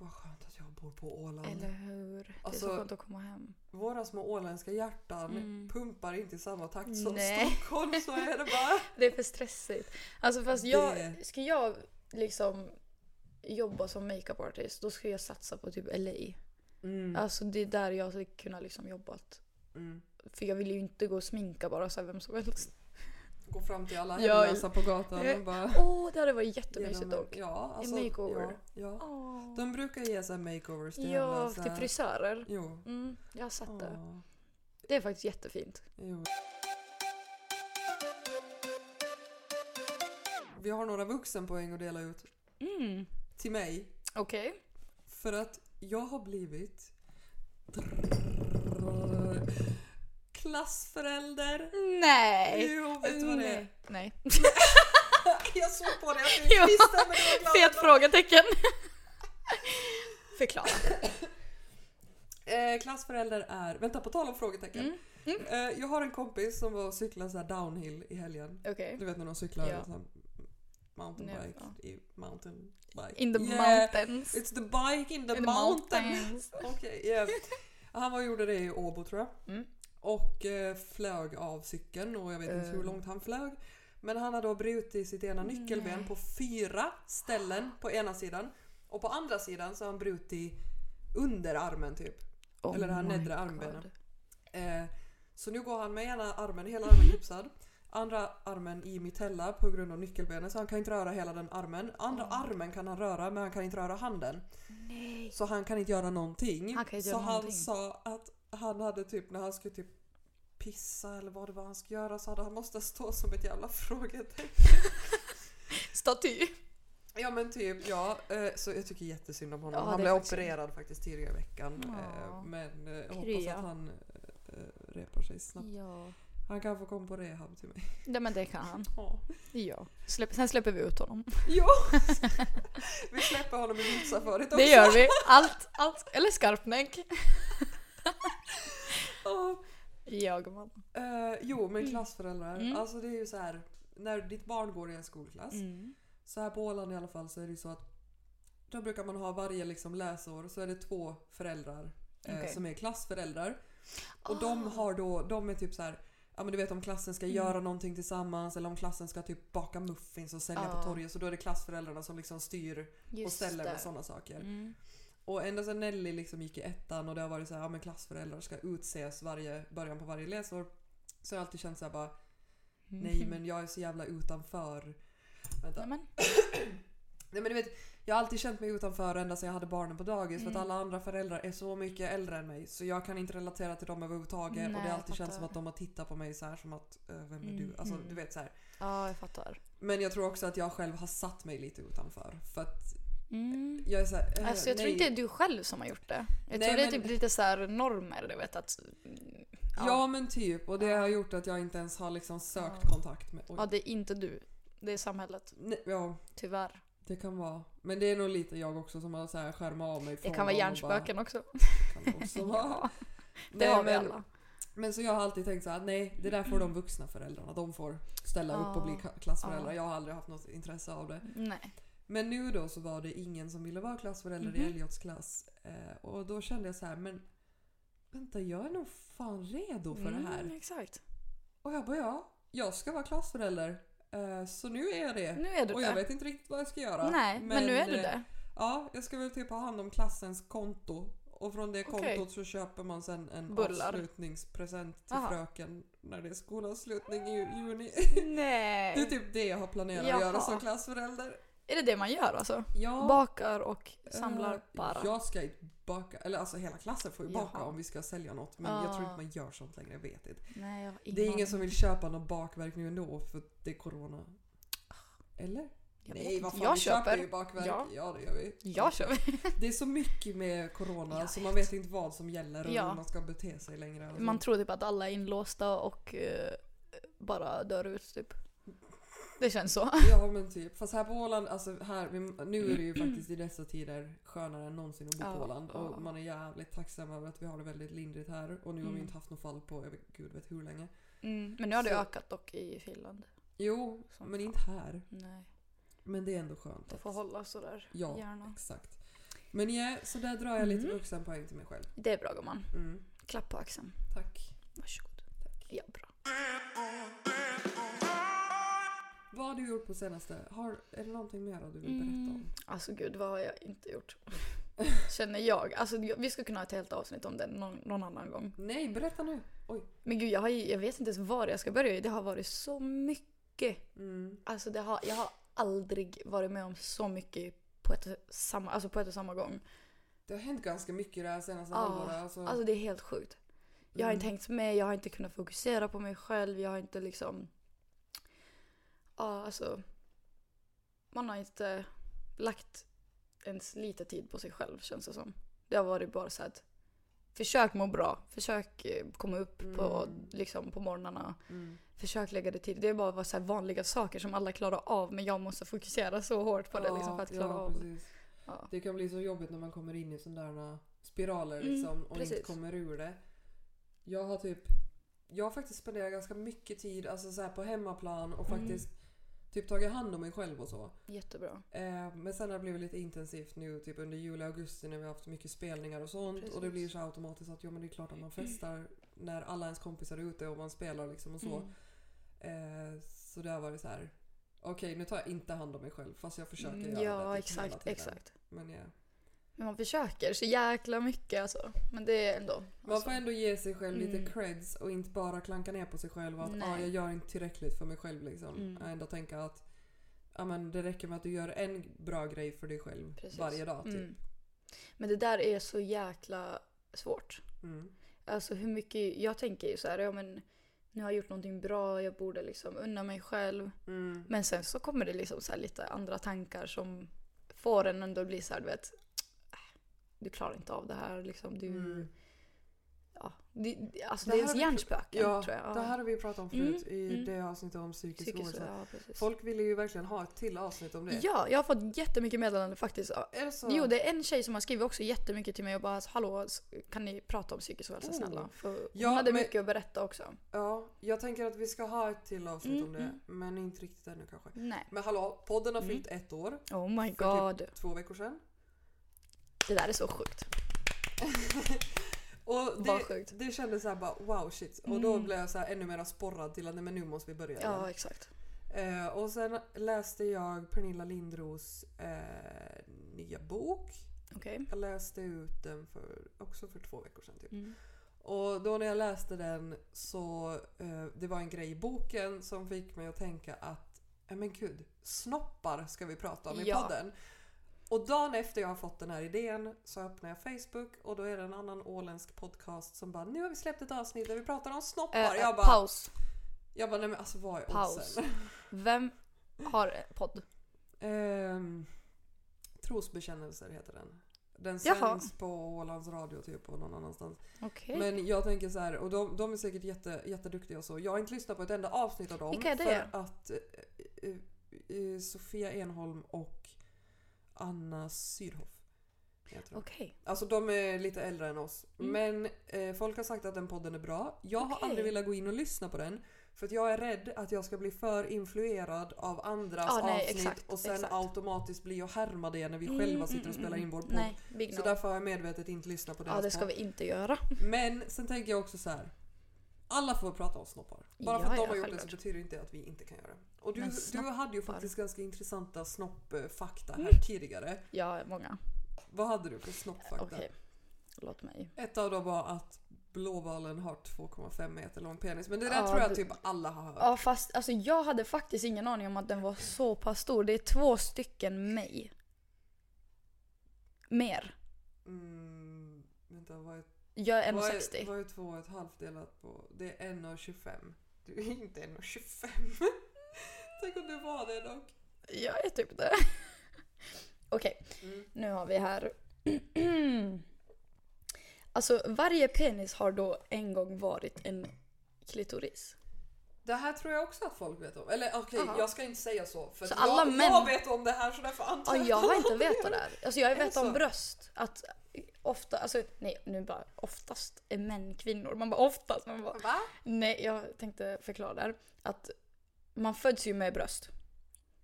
Speaker 1: Vad skönt att jag bor på Åland.
Speaker 2: Eller hur? hur? Det är
Speaker 1: Alltså-
Speaker 2: så skönt att komma hem.
Speaker 1: Våra små åländska hjärtan
Speaker 2: Mm.
Speaker 1: pumpar inte i samma takt som
Speaker 2: Nej.
Speaker 1: Stockholm, så är det bara.
Speaker 2: Det är för stressigt. Alltså fast jag,
Speaker 1: Det-
Speaker 2: ska jag liksom jobba som makeup artist då ska jag satsa på typ LA.
Speaker 1: Mm.
Speaker 2: Alltså det är där jag skulle kunna liksom jobbat.
Speaker 1: Mm.
Speaker 2: För jag vill ju inte gå och sminka bara så här vem som helst.
Speaker 1: Gå fram till alla
Speaker 2: Ja.
Speaker 1: hemlösa på gatan och bara...
Speaker 2: Åh, det hade varit
Speaker 1: ge
Speaker 2: jättemysigt
Speaker 1: dem en-
Speaker 2: dock.
Speaker 1: Mm. Ja, alltså,
Speaker 2: makeover.
Speaker 1: Ja, ja.
Speaker 2: Åh.
Speaker 1: De brukar ge sig makeovers till
Speaker 2: Ja,
Speaker 1: hemlösa.
Speaker 2: till frisörer.
Speaker 1: Jo.
Speaker 2: Mm, jag har sett det.
Speaker 1: Ja,
Speaker 2: Det är faktiskt jättefint.
Speaker 1: jo. Vi har några vuxenpoäng att dela ut
Speaker 2: Mm.
Speaker 1: till mig.
Speaker 2: Okej.
Speaker 1: För att jag har blivit klassförälder.
Speaker 2: Nej!
Speaker 1: Jo, vet du vad det är?
Speaker 2: Nej.
Speaker 1: Jag såg på dig att du
Speaker 2: Ja.
Speaker 1: inte visste men du var glad
Speaker 2: Fet
Speaker 1: ändå.
Speaker 2: frågetecken. Förklara.
Speaker 1: Eh, klassförälder är, vänta på tal om frågetecken.
Speaker 2: Mm.
Speaker 1: Eh, jag har en kompis som var och cyklade så här downhill i helgen.
Speaker 2: Okej.
Speaker 1: Du vet när de cyklar
Speaker 2: Ja.
Speaker 1: så här, mountainbike i mountain bike.
Speaker 2: In the
Speaker 1: yeah.
Speaker 2: mountains.
Speaker 1: It's the bike in the,
Speaker 2: In the
Speaker 1: mountain.
Speaker 2: mountains.
Speaker 1: Okej, yeah. Han var och gjorde det i Åbo tror jag.
Speaker 2: Mm.
Speaker 1: Och eh, flög av cykeln och jag vet inte
Speaker 2: Eh.
Speaker 1: hur långt han flög. Men han hade då brutit sitt ena nyckelben
Speaker 2: Nej.
Speaker 1: på fyra ställen på ena sidan. Och på andra sidan så har han brutit underarmen typ.
Speaker 2: Oh
Speaker 1: Eller det här
Speaker 2: my
Speaker 1: nedre
Speaker 2: God.
Speaker 1: armbenen. Eh, så nu går han med ena armen, hela armen gipsad. Andra armen i mitella på grund av nyckelbenet så han kan inte röra hela den armen. Andra armen kan han röra men han kan inte röra handen.
Speaker 2: Nej.
Speaker 1: Så han kan inte göra någonting.
Speaker 2: Han kan inte
Speaker 1: så
Speaker 2: göra
Speaker 1: han
Speaker 2: någonting.
Speaker 1: sa att han hade typ när han skulle typ pissa eller vad det var han skulle göra så hade han måste stå som ett jävla frågetecken.
Speaker 2: Staty.
Speaker 1: Ja men typ ja. eh, Så jag tycker jättesynd om honom.
Speaker 2: Ja,
Speaker 1: han
Speaker 2: det är
Speaker 1: blev
Speaker 2: faktiskt synd.
Speaker 1: opererad faktiskt tidigare i veckan.
Speaker 2: Ja.
Speaker 1: eh, Men eh, jag hoppas
Speaker 2: Krya.
Speaker 1: att han eh, eh, repar sig snabbt.
Speaker 2: Ja.
Speaker 1: Han kan få komma på rehab till mig.
Speaker 2: Nej men det kan han.
Speaker 1: Ja.
Speaker 2: Ja. Släpp, sen släpper vi ut honom.
Speaker 1: Jo! Vi släpper honom i vildsafariet också.
Speaker 2: Det gör vi. Allt, allt. Eller Skarpnäck.
Speaker 1: Ja.
Speaker 2: Ja gumman.
Speaker 1: Eh, jo, men klassföräldrar.
Speaker 2: Mm.
Speaker 1: Alltså det är ju så här. När ditt barn går i en skolklass.
Speaker 2: Mm.
Speaker 1: Så här på Åland i alla fall så är det ju så att då brukar man ha varje liksom läsår så är det två föräldrar eh,
Speaker 2: Okej. Ah.
Speaker 1: som är klassföräldrar. Och de har då, de är typ så här, ja men du vet om klassen
Speaker 2: Mm.
Speaker 1: ska göra någonting tillsammans eller om klassen ska typ baka muffins och sälja
Speaker 2: Ah.
Speaker 1: på torget så då är det klassföräldrarna som liksom styr och ställer med sådana saker.
Speaker 2: Mm.
Speaker 1: Och ända sedan Nelly liksom gick i ettan och det har varit så här, ja men klassföräldrar ska utses varje början på varje läsår. Så har jag alltid känt så här bara,
Speaker 2: Mm.
Speaker 1: nej men jag är så jävla utanför. Vänta.
Speaker 2: Nej, men.
Speaker 1: Nej men du vet, jag har alltid känt mig utanför ända sedan jag hade barnen på dagis för
Speaker 2: Mm.
Speaker 1: att alla andra föräldrar är så mycket äldre än mig så jag kan inte relatera till dem överhuvudtaget och
Speaker 2: Nej,
Speaker 1: det har
Speaker 2: jag
Speaker 1: alltid känts
Speaker 2: fattar.
Speaker 1: som att de har tittat på mig så här som att eh, vem är
Speaker 2: Mm,
Speaker 1: du? Alltså
Speaker 2: mm.
Speaker 1: du vet så här.
Speaker 2: Ja jag fattar.
Speaker 1: Men jag tror också att jag själv har satt mig lite utanför för att
Speaker 2: Mm.
Speaker 1: jag är så här, eh,
Speaker 2: Alltså jag tror
Speaker 1: nej.
Speaker 2: inte det är du själv som har gjort det. Jag
Speaker 1: Nej,
Speaker 2: tror det är
Speaker 1: men-
Speaker 2: typ lite så här normer, du vet att... mm,
Speaker 1: Ja.
Speaker 2: Ja,
Speaker 1: men typ och det har gjort att jag inte ens har liksom sökt
Speaker 2: Ja.
Speaker 1: kontakt med... Oj.
Speaker 2: ja, det är inte du. Det är samhället,
Speaker 1: Nej, ja,
Speaker 2: tyvärr.
Speaker 1: det kan vara. Men det är nog lite jag också som har så här skärmat av mig
Speaker 2: Det
Speaker 1: från
Speaker 2: kan vara
Speaker 1: dem och bara-
Speaker 2: hjärnspöken också.
Speaker 1: kan också vara.
Speaker 2: Ja, det har vi
Speaker 1: men,
Speaker 2: alla.
Speaker 1: Men så jag har alltid tänkt så här, nej det där får de vuxna föräldrarna. De får ställa upp och bli ka- klassföräldrar.
Speaker 2: Ja.
Speaker 1: Jag har aldrig haft något intresse av det.
Speaker 2: Nej.
Speaker 1: Men nu då så var det ingen som ville vara klassförälder i
Speaker 2: Mhm.
Speaker 1: Elliots klass. Eh, och då kände jag så här, men vänta jag är nog fan redo för det här.
Speaker 2: Mm, exakt.
Speaker 1: Och jag bara ja, jag ska vara klassförälder. Eh, så nu är jag det.
Speaker 2: Nu är du
Speaker 1: och jag
Speaker 2: det.
Speaker 1: vet inte riktigt vad jag ska göra.
Speaker 2: Nej, men, nu är du
Speaker 1: eh,
Speaker 2: det.
Speaker 1: Ja, jag ska väl typ ha hand om klassens konto. Och från det
Speaker 2: Okej.
Speaker 1: kontot så köper man sen en
Speaker 2: Bullar.
Speaker 1: avslutningspresent till
Speaker 2: Aha.
Speaker 1: fröken när det är skolavslutning i juni. Det är
Speaker 2: Nej.
Speaker 1: typ det jag har planerat
Speaker 2: Jaha.
Speaker 1: att göra som klassförälder.
Speaker 2: Är det det man gör alltså?
Speaker 1: Ja,
Speaker 2: Bakar och
Speaker 1: eh,
Speaker 2: samlar bara?
Speaker 1: Jag ska inte baka, eller alltså hela klassen får ju baka
Speaker 2: Jaha. Ah.
Speaker 1: om vi ska sälja något. Men jag tror inte man gör sånt längre, jag vet inte.
Speaker 2: Nej, jag har
Speaker 1: Det är ingen
Speaker 2: aning.
Speaker 1: som vill köpa något bakverk nu ändå för det är corona. Eller?
Speaker 2: Jag vet
Speaker 1: Nej, vad
Speaker 2: inte.
Speaker 1: fan,
Speaker 2: Jag
Speaker 1: vi köper
Speaker 2: köper.
Speaker 1: ju bakverk. Ja.
Speaker 2: Ja.
Speaker 1: det gör vi.
Speaker 2: Jag köper.
Speaker 1: Det är så mycket med corona
Speaker 2: Jag
Speaker 1: så man vet inte vad som gäller och
Speaker 2: Ja.
Speaker 1: hur man ska bete sig längre. Alltså,
Speaker 2: Man tror typ att alla är inlåsta och eh, bara dör ut typ. Det känns så.
Speaker 1: Ja men typ. Fast här på Åland, alltså här, vi- nu är det ju faktiskt i dessa tider skönare än någonsin att bo
Speaker 2: Ja,
Speaker 1: på Åland.
Speaker 2: ja.
Speaker 1: Och man är jävligt tacksam över att vi har det väldigt lindrigt här. Och nu har vi
Speaker 2: Mm.
Speaker 1: inte haft något fall på jag vet, gud vet hur länge.
Speaker 2: Mm, men nu har det
Speaker 1: Så-
Speaker 2: ökat dock i Finland.
Speaker 1: Jo,
Speaker 2: Som
Speaker 1: men
Speaker 2: fan.
Speaker 1: inte här.
Speaker 2: Nej,
Speaker 1: Men det är ändå skönt.
Speaker 2: det
Speaker 1: att-
Speaker 2: får hålla sådär
Speaker 1: Ja,
Speaker 2: gärna.
Speaker 1: exakt. Men ja, så där drar jag lite
Speaker 2: Mm.
Speaker 1: vuxenpoäng till mig själv.
Speaker 2: Det är bra gumman.
Speaker 1: Mm.
Speaker 2: Klapp på axeln.
Speaker 1: Tack.
Speaker 2: Varsågod. Ja, bra.
Speaker 1: Vad har du gjort på senaste? Har, är det någonting mer du vill berätta om?
Speaker 2: Mm. Alltså gud, vad har jag inte gjort? Känner jag. Alltså jag- vi skulle kunna ha ett helt avsnitt om det någon, någon annan gång.
Speaker 1: Nej, berätta nu! Oj.
Speaker 2: Men gud, jag, har, ju- jag vet inte ens var jag ska börja. Det har varit så mycket.
Speaker 1: Mm.
Speaker 2: Alltså det har, jag har aldrig varit med om så mycket på ett, samma, alltså på ett och samma gång.
Speaker 1: Det har hänt ganska mycket det här senaste
Speaker 2: Ja,
Speaker 1: halvåret. Alltså,
Speaker 2: Alltså det är helt sjukt. Jag har
Speaker 1: Mm.
Speaker 2: inte hängt med, jag har inte kunnat fokusera på mig själv, jag har inte liksom... Ja, alltså... Man har inte lagt ens lite tid på sig själv känns det som. Det har varit bara så att försök må bra, försök eh, komma upp på,
Speaker 1: Mm.
Speaker 2: liksom, på morgnarna,
Speaker 1: mm.
Speaker 2: försök lägga det tid. Det är bara att vara så här vanliga saker som alla klarar av men jag måste fokusera så hårt på det liksom, för att klara av det.
Speaker 1: precis.
Speaker 2: Ja.
Speaker 1: Det kan bli så jobbigt när man kommer in i sådana spiraler
Speaker 2: Mm,
Speaker 1: liksom, och inte
Speaker 2: precis.
Speaker 1: kommer ur det. Jag har typ jag har faktiskt spenderat ganska mycket tid alltså så här på hemmaplan och
Speaker 2: Mm.
Speaker 1: faktiskt typ tagit hand om mig själv och så.
Speaker 2: Jättebra.
Speaker 1: Eh, men sen har det blivit lite intensivt nu typ under juli och augusti när vi har haft mycket spelningar och sånt. Och det
Speaker 2: Precis.
Speaker 1: blir så här automatiskt att ja, men det är klart att man festar när alla ens kompisar är ute och man spelar liksom och så.
Speaker 2: Mm.
Speaker 1: Eh, så det har varit så här. Okej, nu tar jag inte hand om mig själv fast jag försöker göra det.
Speaker 2: Mm, Ja,
Speaker 1: typ hela
Speaker 2: exakt,
Speaker 1: tiden.
Speaker 2: exakt.
Speaker 1: Men ja.
Speaker 2: Men man försöker så jäkla mycket alltså. Men det är ändå...
Speaker 1: Man
Speaker 2: Alltså,
Speaker 1: får ändå ge sig själv lite
Speaker 2: Mm.
Speaker 1: creds och inte bara klanka ner på sig själv och att
Speaker 2: Nej.
Speaker 1: ah, jag gör inte tillräckligt för mig själv. Liksom.
Speaker 2: Mm.
Speaker 1: Ändå tänka att ah, men det räcker med att du gör en bra grej för dig själv
Speaker 2: precis.
Speaker 1: varje dag. Typ.
Speaker 2: Mm. Men det där är så jäkla svårt.
Speaker 1: Mm.
Speaker 2: Alltså hur mycket... Jag tänker ju så här, ja men nu har jag gjort någonting bra, jag borde liksom unna mig själv.
Speaker 1: Mm.
Speaker 2: Men sen så kommer det liksom så här lite andra tankar som får en ändå bli så här, du vet. "Äh, Du klarar inte av det här liksom. Du...
Speaker 1: Mm.
Speaker 2: Ja, det, det- alltså
Speaker 1: Det
Speaker 2: det,
Speaker 1: här
Speaker 2: är
Speaker 1: har vi-
Speaker 2: hjärnspöken
Speaker 1: Ja,
Speaker 2: tror jag.
Speaker 1: Det här har vi pratat om förut
Speaker 2: Mm,
Speaker 1: i
Speaker 2: mm.
Speaker 1: det avsnittet om psykisk,
Speaker 2: Psykiskt,
Speaker 1: ohälsa.
Speaker 2: ja, precis.
Speaker 1: Folk ville ju verkligen ha ett till avsnitt om det.
Speaker 2: Ja, jag har fått jättemycket meddelanden faktiskt
Speaker 1: Är det så?
Speaker 2: Jo, det är en tjej som har skrivit också jättemycket till mig och bara hallå, kan ni prata om psykisk ohälsa
Speaker 1: Oh.
Speaker 2: snälla? För
Speaker 1: Ja,
Speaker 2: hon hade
Speaker 1: men-
Speaker 2: mycket att berätta också.
Speaker 1: ja, jag tänker att vi ska ha ett till avsnitt
Speaker 2: Mm,
Speaker 1: om det.
Speaker 2: mm.
Speaker 1: Men inte riktigt ännu kanske.
Speaker 2: Nej.
Speaker 1: Men hallå, podden har
Speaker 2: Mm.
Speaker 1: fyllt ett år.
Speaker 2: Oh my
Speaker 1: För typ-
Speaker 2: god.
Speaker 1: Två veckor sedan.
Speaker 2: Det där är så sjukt.
Speaker 1: Och
Speaker 2: Vad
Speaker 1: det,
Speaker 2: sjukt.
Speaker 1: det kändes så här bara wow shit. Och då
Speaker 2: Mm.
Speaker 1: blev jag så här ännu mer sporrad till att nej, men nu måste vi börja
Speaker 2: Ja,
Speaker 1: igen.
Speaker 2: exakt.
Speaker 1: Eh, och sen läste jag Pernilla Lindros eh, nya bok.
Speaker 2: Okej.
Speaker 1: Jag läste ut den för, också för två veckor sedan typ.
Speaker 2: Mm.
Speaker 1: Och då när jag läste den så eh, det var en grej i boken som fick mig att tänka att "Ja, men gud, snoppar ska vi prata om i
Speaker 2: Ja.
Speaker 1: podden. Och dagen efter jag har fått den här idén så öppnar jag Facebook och då är det en annan åländsk podcast som bara nu har vi släppt ett avsnitt där vi pratar om snoppar.
Speaker 2: Eh,
Speaker 1: jag, bara,
Speaker 2: paus.
Speaker 1: jag bara nej men alltså vad är
Speaker 2: Paus.
Speaker 1: oddsen?
Speaker 2: Vem har podd?
Speaker 1: Ehm, trosbekännelser heter den. Den sänds
Speaker 2: Jaha.
Speaker 1: på Ålands radio typ och någon annanstans.
Speaker 2: Okej.
Speaker 1: Men jag tänker så här, och de, de är säkert jätte, jätteduktiga och så. Jag har inte lyssnat på ett enda avsnitt av dem.
Speaker 2: Vilka är det?
Speaker 1: För att eh, eh, eh, Sofia Enholm och Anna Syrhoff. heter de.
Speaker 2: Okej.
Speaker 1: Alltså de är lite äldre än oss.
Speaker 2: Mm.
Speaker 1: Men eh, folk har sagt att den podden är bra. Jag har
Speaker 2: Okej.
Speaker 1: aldrig velat gå in och lyssna på den. För att jag är rädd att jag ska bli för influerad av andras
Speaker 2: Ah, nej,
Speaker 1: avsnitt
Speaker 2: exakt,
Speaker 1: och sen
Speaker 2: exakt.
Speaker 1: automatiskt bli och härma det när vi
Speaker 2: Mm,
Speaker 1: själva
Speaker 2: mm,
Speaker 1: sitter och
Speaker 2: mm,
Speaker 1: spelar
Speaker 2: mm.
Speaker 1: in vår podd.
Speaker 2: Nej, big
Speaker 1: Så
Speaker 2: no.
Speaker 1: därför har jag medvetet inte lyssnat på
Speaker 2: Ja,
Speaker 1: deras
Speaker 2: det ska
Speaker 1: podd.
Speaker 2: vi inte göra.
Speaker 1: Men sen tänker jag också så här. Alla får prata om snoppar. Bara för
Speaker 2: Ja,
Speaker 1: att de
Speaker 2: ja,
Speaker 1: har gjort det så
Speaker 2: självklart.
Speaker 1: betyder inte det att vi inte kan göra det. Och du,
Speaker 2: Men
Speaker 1: du
Speaker 2: snoppar. Mm.
Speaker 1: hade ju faktiskt ganska intressanta snoppfakta här tidigare.
Speaker 2: Ja, många.
Speaker 1: Vad hade du för snoppfakta?
Speaker 2: Okej. Låt mig.
Speaker 1: Ett av dem var att blåvalen har 2,5 meter lång penis. Men det där
Speaker 2: Ja,
Speaker 1: tror jag
Speaker 2: du-
Speaker 1: typ alla har hört.
Speaker 2: Ja, fast alltså, jag hade faktiskt ingen aning om att den var så pass stor. Det är två stycken mig. Mer.
Speaker 1: Mm, vänta, vad är,
Speaker 2: Jag är
Speaker 1: vad är,
Speaker 2: 1,60.
Speaker 1: vad är två och ett halvt delat på? Det är 1,25. Du är inte 1,25. Tänk om du var det dock.
Speaker 2: Jag är typ det. Okej,
Speaker 1: Mm.
Speaker 2: nu har vi här. alltså varje penis har då en gång varit en klitoris.
Speaker 1: Det här tror jag också att folk vet om. Eller okej,
Speaker 2: Aha.
Speaker 1: jag ska inte säga så. För
Speaker 2: Så
Speaker 1: att
Speaker 2: alla
Speaker 1: jag,
Speaker 2: män-
Speaker 1: jag vet om det här så därför antar
Speaker 2: Ja, jag har inte
Speaker 1: alla
Speaker 2: vetat det
Speaker 1: vet.
Speaker 2: här. Alltså jag
Speaker 1: Är det
Speaker 2: vet om
Speaker 1: så?
Speaker 2: bröst. Att ofta, alltså nej nu bara oftast är män kvinnor. Man bara oftast. Man bara,
Speaker 1: Va?
Speaker 2: nej jag tänkte förklara där. Att man föds ju med bröst.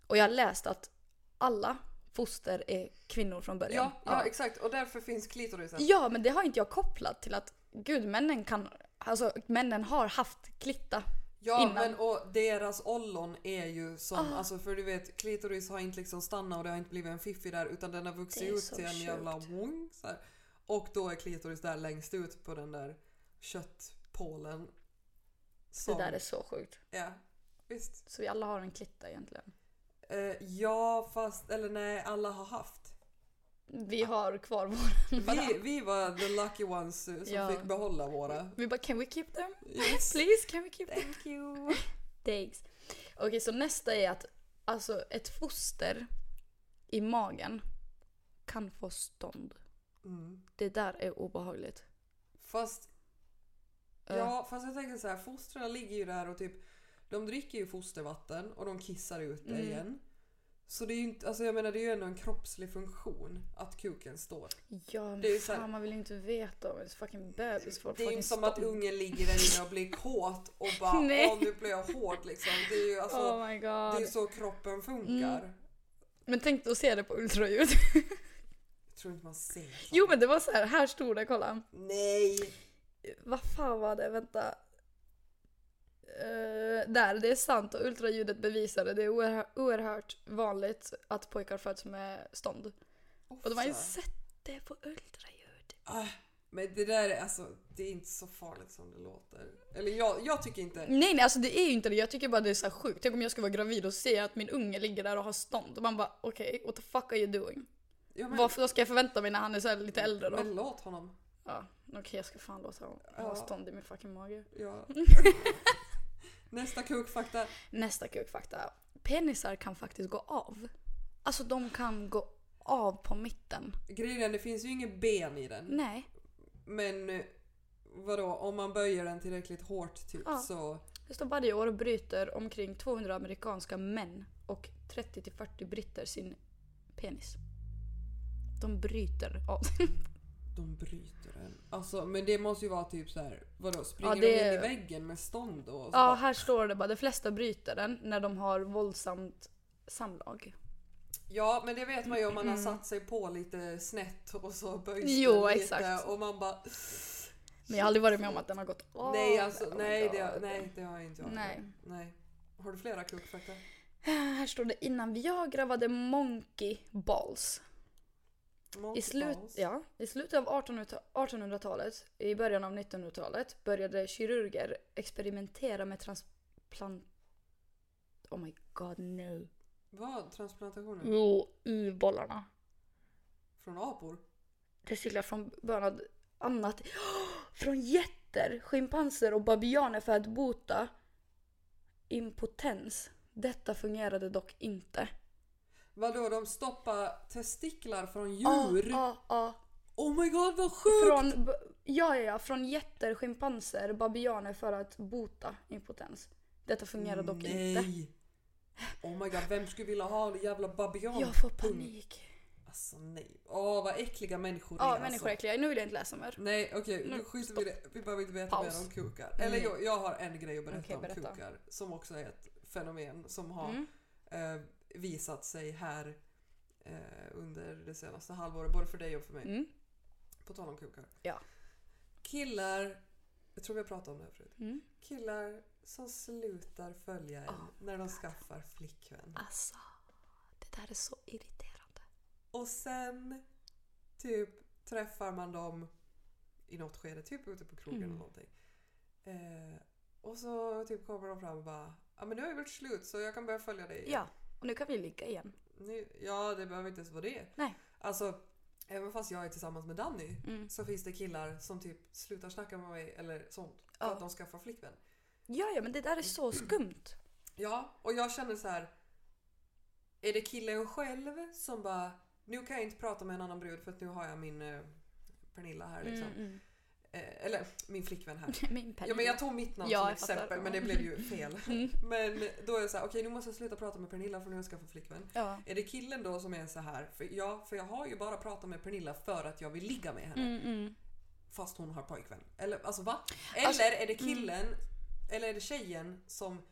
Speaker 2: Och jag har läst att alla foster är kvinnor från början.
Speaker 1: Ja, ja, exakt. Och därför finns klitorisen.
Speaker 2: Ja, men det har inte jag kopplat till att gud, männen kan, alltså männen har haft klitta.
Speaker 1: Ja,
Speaker 2: innan.
Speaker 1: men och deras ollon är ju som,
Speaker 2: Ah.
Speaker 1: alltså för du vet, klitoris har inte liksom stannat och det har inte blivit en fiffi där utan den har vuxit
Speaker 2: Det är
Speaker 1: ut
Speaker 2: så
Speaker 1: till en jävla
Speaker 2: sjukt.
Speaker 1: wong, så här. Och då är klitoris där längst ut på den där köttpålen. Som,
Speaker 2: Det där är så sjukt.
Speaker 1: Ja, visst.
Speaker 2: Så vi alla har en klitta egentligen.
Speaker 1: Eh, ja, fast, eller nej, alla har haft.
Speaker 2: Vi har kvar våran.
Speaker 1: Vi, vi var the lucky ones eh, som
Speaker 2: Ja.
Speaker 1: fick behålla våra.
Speaker 2: Vi bara can we keep them?
Speaker 1: Yes.
Speaker 2: Please can we keep them?
Speaker 1: Thank you.
Speaker 2: Thanks. Okej, så nästa är att alltså ett foster i magen kan få stånd.
Speaker 1: Mm.
Speaker 2: Det där är obehagligt.
Speaker 1: Fast
Speaker 2: Eh,
Speaker 1: Ja, fast jag tänker så här, fostren ligger ju där och typ de dricker ju fostervatten och de kissar ut det
Speaker 2: Mm.
Speaker 1: igen. Så det är ju inte, alltså jag menar det är ju ändå en kroppslig funktion att kuken står.
Speaker 2: ja men
Speaker 1: det är ju så här-
Speaker 2: fan man vill ju inte veta om ens fucking bebis får
Speaker 1: Det är ju
Speaker 2: fucking
Speaker 1: inte som
Speaker 2: stånd.
Speaker 1: att ungen ligger där inne och blir kåt och bara
Speaker 2: Nej.
Speaker 1: åh nu blev jag hård liksom. Det är ju alltså,
Speaker 2: oh my
Speaker 1: det är ju
Speaker 2: god. Mm.
Speaker 1: så kroppen funkar.
Speaker 2: Men tänk dig att se det på ultraljud.
Speaker 1: Jag tror inte man ser sånt.
Speaker 2: jo men det var så här, här stod det, kolla.
Speaker 1: Nej!
Speaker 2: Vad fan var det, vänta. Eh, där, det är sant och ultraljudet bevisade det är oerhör, oerhört vanligt att pojkar föds med stånd. Och de har ju
Speaker 1: Ofta.
Speaker 2: sett det på ultraljud.
Speaker 1: Ah, Men det där är alltså, det är inte så farligt som det låter. Eller jag, jag tycker inte.
Speaker 2: Nej nej alltså det är ju inte det, jag tycker bara det är så här sjukt. Tänk om jag skulle vara gravid och se att min unge ligger där och har stånd. Och man bara okej, what the fuck are you doing?
Speaker 1: Ja, men,
Speaker 2: Vad, vad ska jag förvänta mig när han är så här lite äldre då?
Speaker 1: men låt honom.
Speaker 2: Ja, okej jag ska fan låta honom
Speaker 1: Ja.
Speaker 2: ha stånd i min fucking mage.
Speaker 1: Ja. Nästa kukfakta.
Speaker 2: Nästa kukfakta. Penisar kan faktiskt gå av. Alltså de kan gå av på mitten.
Speaker 1: Grejen är, det finns ju inget ben i den.
Speaker 2: Nej.
Speaker 1: Men eh, vadå, om man böjer den tillräckligt hårt typ
Speaker 2: Ja.
Speaker 1: så...
Speaker 2: Det står varje år bryter omkring 200 amerikanska män och 30-40 britter sin penis. De bryter av.
Speaker 1: De bryter den. Alltså, men det måste ju vara typ så här. vadå, springer
Speaker 2: Ja,
Speaker 1: de
Speaker 2: det-
Speaker 1: in i väggen med stånd då? Och så
Speaker 2: Ja,
Speaker 1: bara,
Speaker 2: här står det bara de flesta bryter den när de har våldsamt samlag.
Speaker 1: ja, men det vet man ju om man har satt sig på lite snett och så böjs
Speaker 2: Mm. Jo,
Speaker 1: den lite
Speaker 2: exakt.
Speaker 1: och man bara...
Speaker 2: Men jag har aldrig varit med om att den har gått av.
Speaker 1: nej, alltså,
Speaker 2: Oh my
Speaker 1: nej, det,
Speaker 2: God.
Speaker 1: nej, det har jag inte jag.
Speaker 2: Nej.
Speaker 1: nej. Har du flera kukfakta?
Speaker 2: Här står det innan Viagra var det monkey balls. I, slut,
Speaker 1: Multiples.
Speaker 2: ja, I slutet av 1800- 1800-talet, i början av 1900-talet, började kirurger experimentera med transplant... Oh my god, no.
Speaker 1: Vad? Transplantationer?
Speaker 2: Jo, u-bollarna.
Speaker 1: Från apor?
Speaker 2: Testiklar från bönad annat. Från jätter, schimpanser och babianer för att bota impotens. Detta fungerade dock inte.
Speaker 1: Vadå, de stoppar testiklar från djur?
Speaker 2: Ah, ah, ah.
Speaker 1: Oh my god vad sjukt!
Speaker 2: Från, b- ja, ja, ja, från jätter, schimpanser, babianer för att bota impotens. Detta fungerar dock inte.
Speaker 1: Nej! Oh my god, vem skulle vilja ha en jävla babian?
Speaker 2: Jag får
Speaker 1: Pung.
Speaker 2: panik.
Speaker 1: Alltså nej. Åh vad äckliga människor
Speaker 2: Ja,
Speaker 1: alltså.
Speaker 2: människor är äckliga. Nu vill jag inte läsa mer.
Speaker 1: Nej okej,
Speaker 2: Nu,
Speaker 1: nu skiter vi i det. Vi behöver inte veta
Speaker 2: Paus.
Speaker 1: mer om kukar. Eller
Speaker 2: Mm.
Speaker 1: jag, jag har en grej att berätta
Speaker 2: Okej,
Speaker 1: om
Speaker 2: berätta.
Speaker 1: kukar. Som också är ett fenomen som har
Speaker 2: Mm.
Speaker 1: eh, visat sig här eh, under det senaste halvåret. Både för dig och för mig.
Speaker 2: Mm.
Speaker 1: På tal om kukar.
Speaker 2: Ja.
Speaker 1: Killar, jag tror vi har pratat om det här förut.
Speaker 2: Mm.
Speaker 1: Killar som slutar följa en
Speaker 2: Ja.
Speaker 1: när de skaffar flickvän.
Speaker 2: Alltså, det där är så irriterande.
Speaker 1: Och sen typ träffar man dem i något skede, typ ute på krogen
Speaker 2: Mm.
Speaker 1: eller någonting. Eh, och så typ kommer de fram och bara Ja men nu har ju varit slut så jag kan börja följa dig igen."
Speaker 2: Ja, och nu kan vi ligga igen.
Speaker 1: nu, ja det behöver inte ens vara det.
Speaker 2: Nej.
Speaker 1: Alltså, även fast jag är tillsammans med Danny
Speaker 2: Mm.
Speaker 1: så finns det killar som typ slutar snacka med mig eller sånt för
Speaker 2: Ja.
Speaker 1: att de skaffar flickvän.
Speaker 2: Ja, ja, men det där är så skumt.
Speaker 1: Ja, och jag känner så här. Är det killen själv som bara nu kan jag inte prata med en annan brud för att nu har jag min eh, Pernilla här liksom.
Speaker 2: Mm, mm.
Speaker 1: Eh, eller min flickvän här.
Speaker 2: Min
Speaker 1: Ja, men jag
Speaker 2: tog...
Speaker 1: tog mitt namn
Speaker 2: Ja,
Speaker 1: som
Speaker 2: jag fattar.
Speaker 1: exempel men det blev ju fel.
Speaker 2: Mm.
Speaker 1: Men då är det så här, okej nu måste jag sluta prata med Pernilla för nu ska jag få flickvän.
Speaker 2: Ja.
Speaker 1: Är det killen då som är så här, för, ja för jag har ju bara pratat med Pernilla för att jag vill ligga med henne.
Speaker 2: Mm, mm.
Speaker 1: Fast hon har pojkvän. Eller alltså va? Eller
Speaker 2: Alltså,
Speaker 1: är det killen, eller är det tjejen som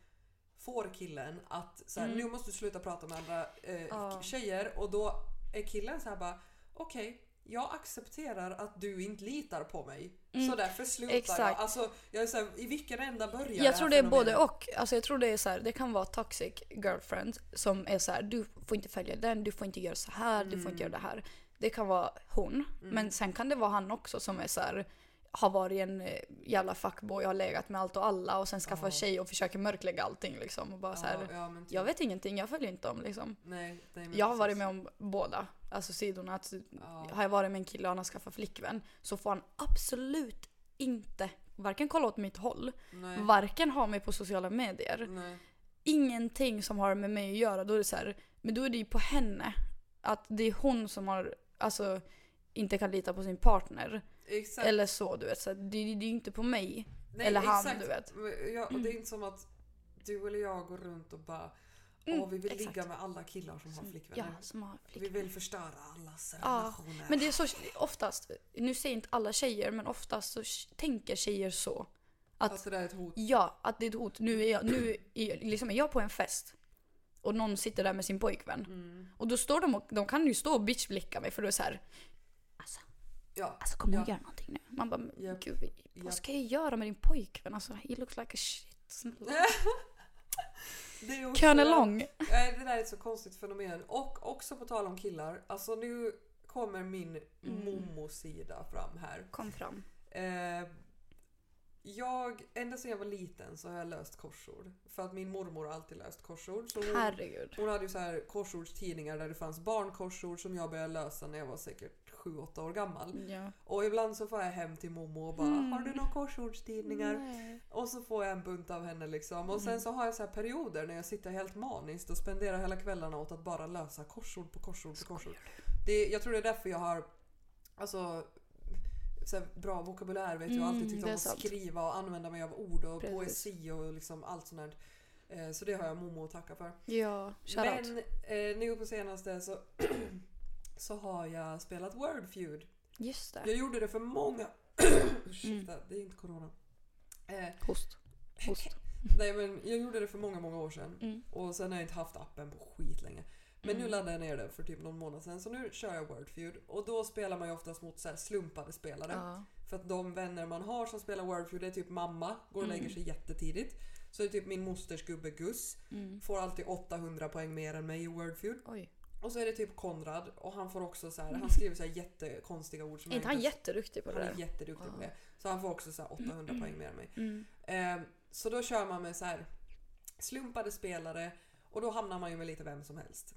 Speaker 1: får killen att så här,
Speaker 2: Mm.
Speaker 1: nu måste du sluta prata med andra eh,
Speaker 2: Ja.
Speaker 1: tjejer och då är killen så här bara okej, jag accepterar att du inte litar på mig.
Speaker 2: Mm,
Speaker 1: Så därför slutar jag.
Speaker 2: exakt.
Speaker 1: Alltså, jag är så här, i vilken ända börjar
Speaker 2: Jag tror det är både
Speaker 1: och.
Speaker 2: och. Alltså jag tror det är så här, det kan vara toxic girlfriend som är så här, du får inte följa den, du får inte göra så här, du får inte göra det här. Det kan vara
Speaker 1: Mm.
Speaker 2: hon, men sen kan det vara han också som är så här har varit en eh, jävla fuckboy, har legat med allt och alla och sen skaffar
Speaker 1: Ja.
Speaker 2: tjej och försöker mörklägga allting liksom och bara så här,
Speaker 1: Ja, ja, men typ.
Speaker 2: jag vet ingenting, jag följer inte dem liksom.
Speaker 1: Nej, nej, men
Speaker 2: Jag har varit
Speaker 1: precis.
Speaker 2: med om båda, alltså sidorna. Att
Speaker 1: Ja.
Speaker 2: har jag varit med en kille och han har skaffat flickvän så får han absolut inte varken kolla åt mitt håll,
Speaker 1: Nej.
Speaker 2: Eh. varken ha mig på sociala medier.
Speaker 1: Nej.
Speaker 2: Ingenting som har med mig att göra. Då är det så här, men då är det ju på henne. Att det är hon som har, alltså inte kan lita på sin partner.
Speaker 1: Exakt.
Speaker 2: Eller så du vet. Så att det, det är ju inte på mig.
Speaker 1: Nej,
Speaker 2: eller han, du vet.
Speaker 1: Men Jag, det är inte som att du eller jag går runt och bara
Speaker 2: Mm,
Speaker 1: Åh, vi vill
Speaker 2: exakt.
Speaker 1: ligga med alla killar som har flickvänner.
Speaker 2: Ja, som har
Speaker 1: Vi
Speaker 2: flickvän.
Speaker 1: vill förstöra allas
Speaker 2: Ja,
Speaker 1: relationer.
Speaker 2: Men det är så oftast, nu säger inte alla tjejer men oftast så tänker tjejer så. att-
Speaker 1: Alltså det är ett hot.
Speaker 2: Ja, att det är ett hot. Nu är jag, nu är, liksom är jag på en fest och någon sitter där med sin pojkvän.
Speaker 1: Mm.
Speaker 2: Och då står de och, de kan ju stå och bitchblicka mig för då är det så här. Alltså,
Speaker 1: Ja.
Speaker 2: alltså kommer
Speaker 1: Ja.
Speaker 2: du göra någonting nu? Man bara, men
Speaker 1: Japp.
Speaker 2: gud vad
Speaker 1: Japp.
Speaker 2: ska jag göra med din pojkvän? Alltså, he looks like a shit. Snälla.
Speaker 1: Det är också-
Speaker 2: Colonel Long.
Speaker 1: Nej, Det där är ett så konstigt fenomen. Och också på tal om killar. Alltså nu kommer min
Speaker 2: Mm.
Speaker 1: mommo-sida fram här.
Speaker 2: Kom fram.
Speaker 1: Eh, jag, ända sedan jag var liten så har jag löst korsord. För att min mormor har alltid löst korsord.
Speaker 2: Mm.
Speaker 1: Så hon,
Speaker 2: Herregud.
Speaker 1: hon hade ju så här korsordstidningar där det fanns barnkorsord som jag började lösa när jag var säkert 7-8 år gammal.
Speaker 2: Ja.
Speaker 1: Och ibland så får jag hem till mormor och bara
Speaker 2: Mm.
Speaker 1: “Har du några korsordstidningar?”
Speaker 2: Nej.
Speaker 1: Och så får jag en bunt av henne liksom. Och
Speaker 2: Mm.
Speaker 1: sen så har jag så här perioder när jag sitter helt maniskt och spenderar hela kvällarna åt att bara lösa korsord på korsord på korsord. Det, jag tror det är därför jag har alltså, så här, bra vokabulär vet jag. Jag har alltid
Speaker 2: Mm,
Speaker 1: tyckt
Speaker 2: det
Speaker 1: om
Speaker 2: är
Speaker 1: att
Speaker 2: sant.
Speaker 1: skriva och använda mig av ord och
Speaker 2: Precis.
Speaker 1: poesi och liksom allt sånt där. Eh, Så det har jag Momo att tacka för.
Speaker 2: Ja, shoutout.
Speaker 1: Men eh, nu på senaste så, så har jag spelat Word Feud.
Speaker 2: Just det.
Speaker 1: Jag gjorde det för många... Ursäkta,
Speaker 2: Mm.
Speaker 1: det är inte corona. Eh,
Speaker 2: Host. Host.
Speaker 1: Nej men jag gjorde det för många, många år sedan.
Speaker 2: Mm.
Speaker 1: Och sen har jag inte haft appen på skit länge. Men nu
Speaker 2: Mm.
Speaker 1: laddade jag ner den för typ någon månad sedan. Så nu kör jag Word Feud. Och då spelar man ju oftast mot så här slumpade spelare.
Speaker 2: Ja.
Speaker 1: För att de vänner man har som spelar Word Feud det är typ mamma, går och
Speaker 2: Mm.
Speaker 1: lägger sig jättetidigt. Så det är typ min mosters gubbe Gus.
Speaker 2: Mm.
Speaker 1: Får alltid 800 poäng mer än mig i Word Feud.
Speaker 2: Oj.
Speaker 1: Och så är det typ Konrad och han får också så här, han skriver så här jättekonstiga ord som
Speaker 2: Mm. Är inte
Speaker 1: jag
Speaker 2: han jätteduktig på det
Speaker 1: han är
Speaker 2: där?
Speaker 1: jätteduktig på
Speaker 2: Ja.
Speaker 1: det. Så han får också så här 800 poäng mer än mig.
Speaker 2: Mm.
Speaker 1: Eh, så då kör man med så här slumpade spelare och då hamnar man ju med lite vem som helst.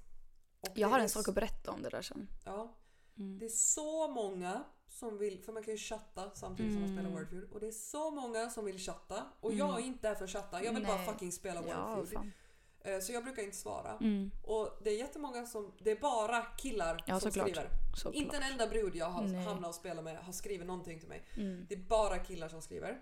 Speaker 1: Och
Speaker 2: Jag
Speaker 1: det
Speaker 2: har
Speaker 1: är
Speaker 2: en sak att
Speaker 1: s-
Speaker 2: berätta om det där sen.
Speaker 1: Ja.
Speaker 2: Mm.
Speaker 1: Det är så många som vill, för man kan ju chatta samtidigt som man
Speaker 2: Mm.
Speaker 1: spelar Wordfeud. Och det är så många som vill chatta och jag är inte där för att chatta. Jag vill bara
Speaker 2: Nej.
Speaker 1: fucking spela
Speaker 2: Ja,
Speaker 1: Wordfeud.
Speaker 2: fan.
Speaker 1: Eh, så jag brukar inte svara.
Speaker 2: Mm.
Speaker 1: Och det är jättemånga som, det är bara killar
Speaker 2: Ja,
Speaker 1: som
Speaker 2: såklart.
Speaker 1: skriver.
Speaker 2: Såklart.
Speaker 1: Inte en enda brud jag har
Speaker 2: Nej.
Speaker 1: hamnat och spelat med har skrivit någonting till mig.
Speaker 2: Mm.
Speaker 1: Det är bara killar som skriver.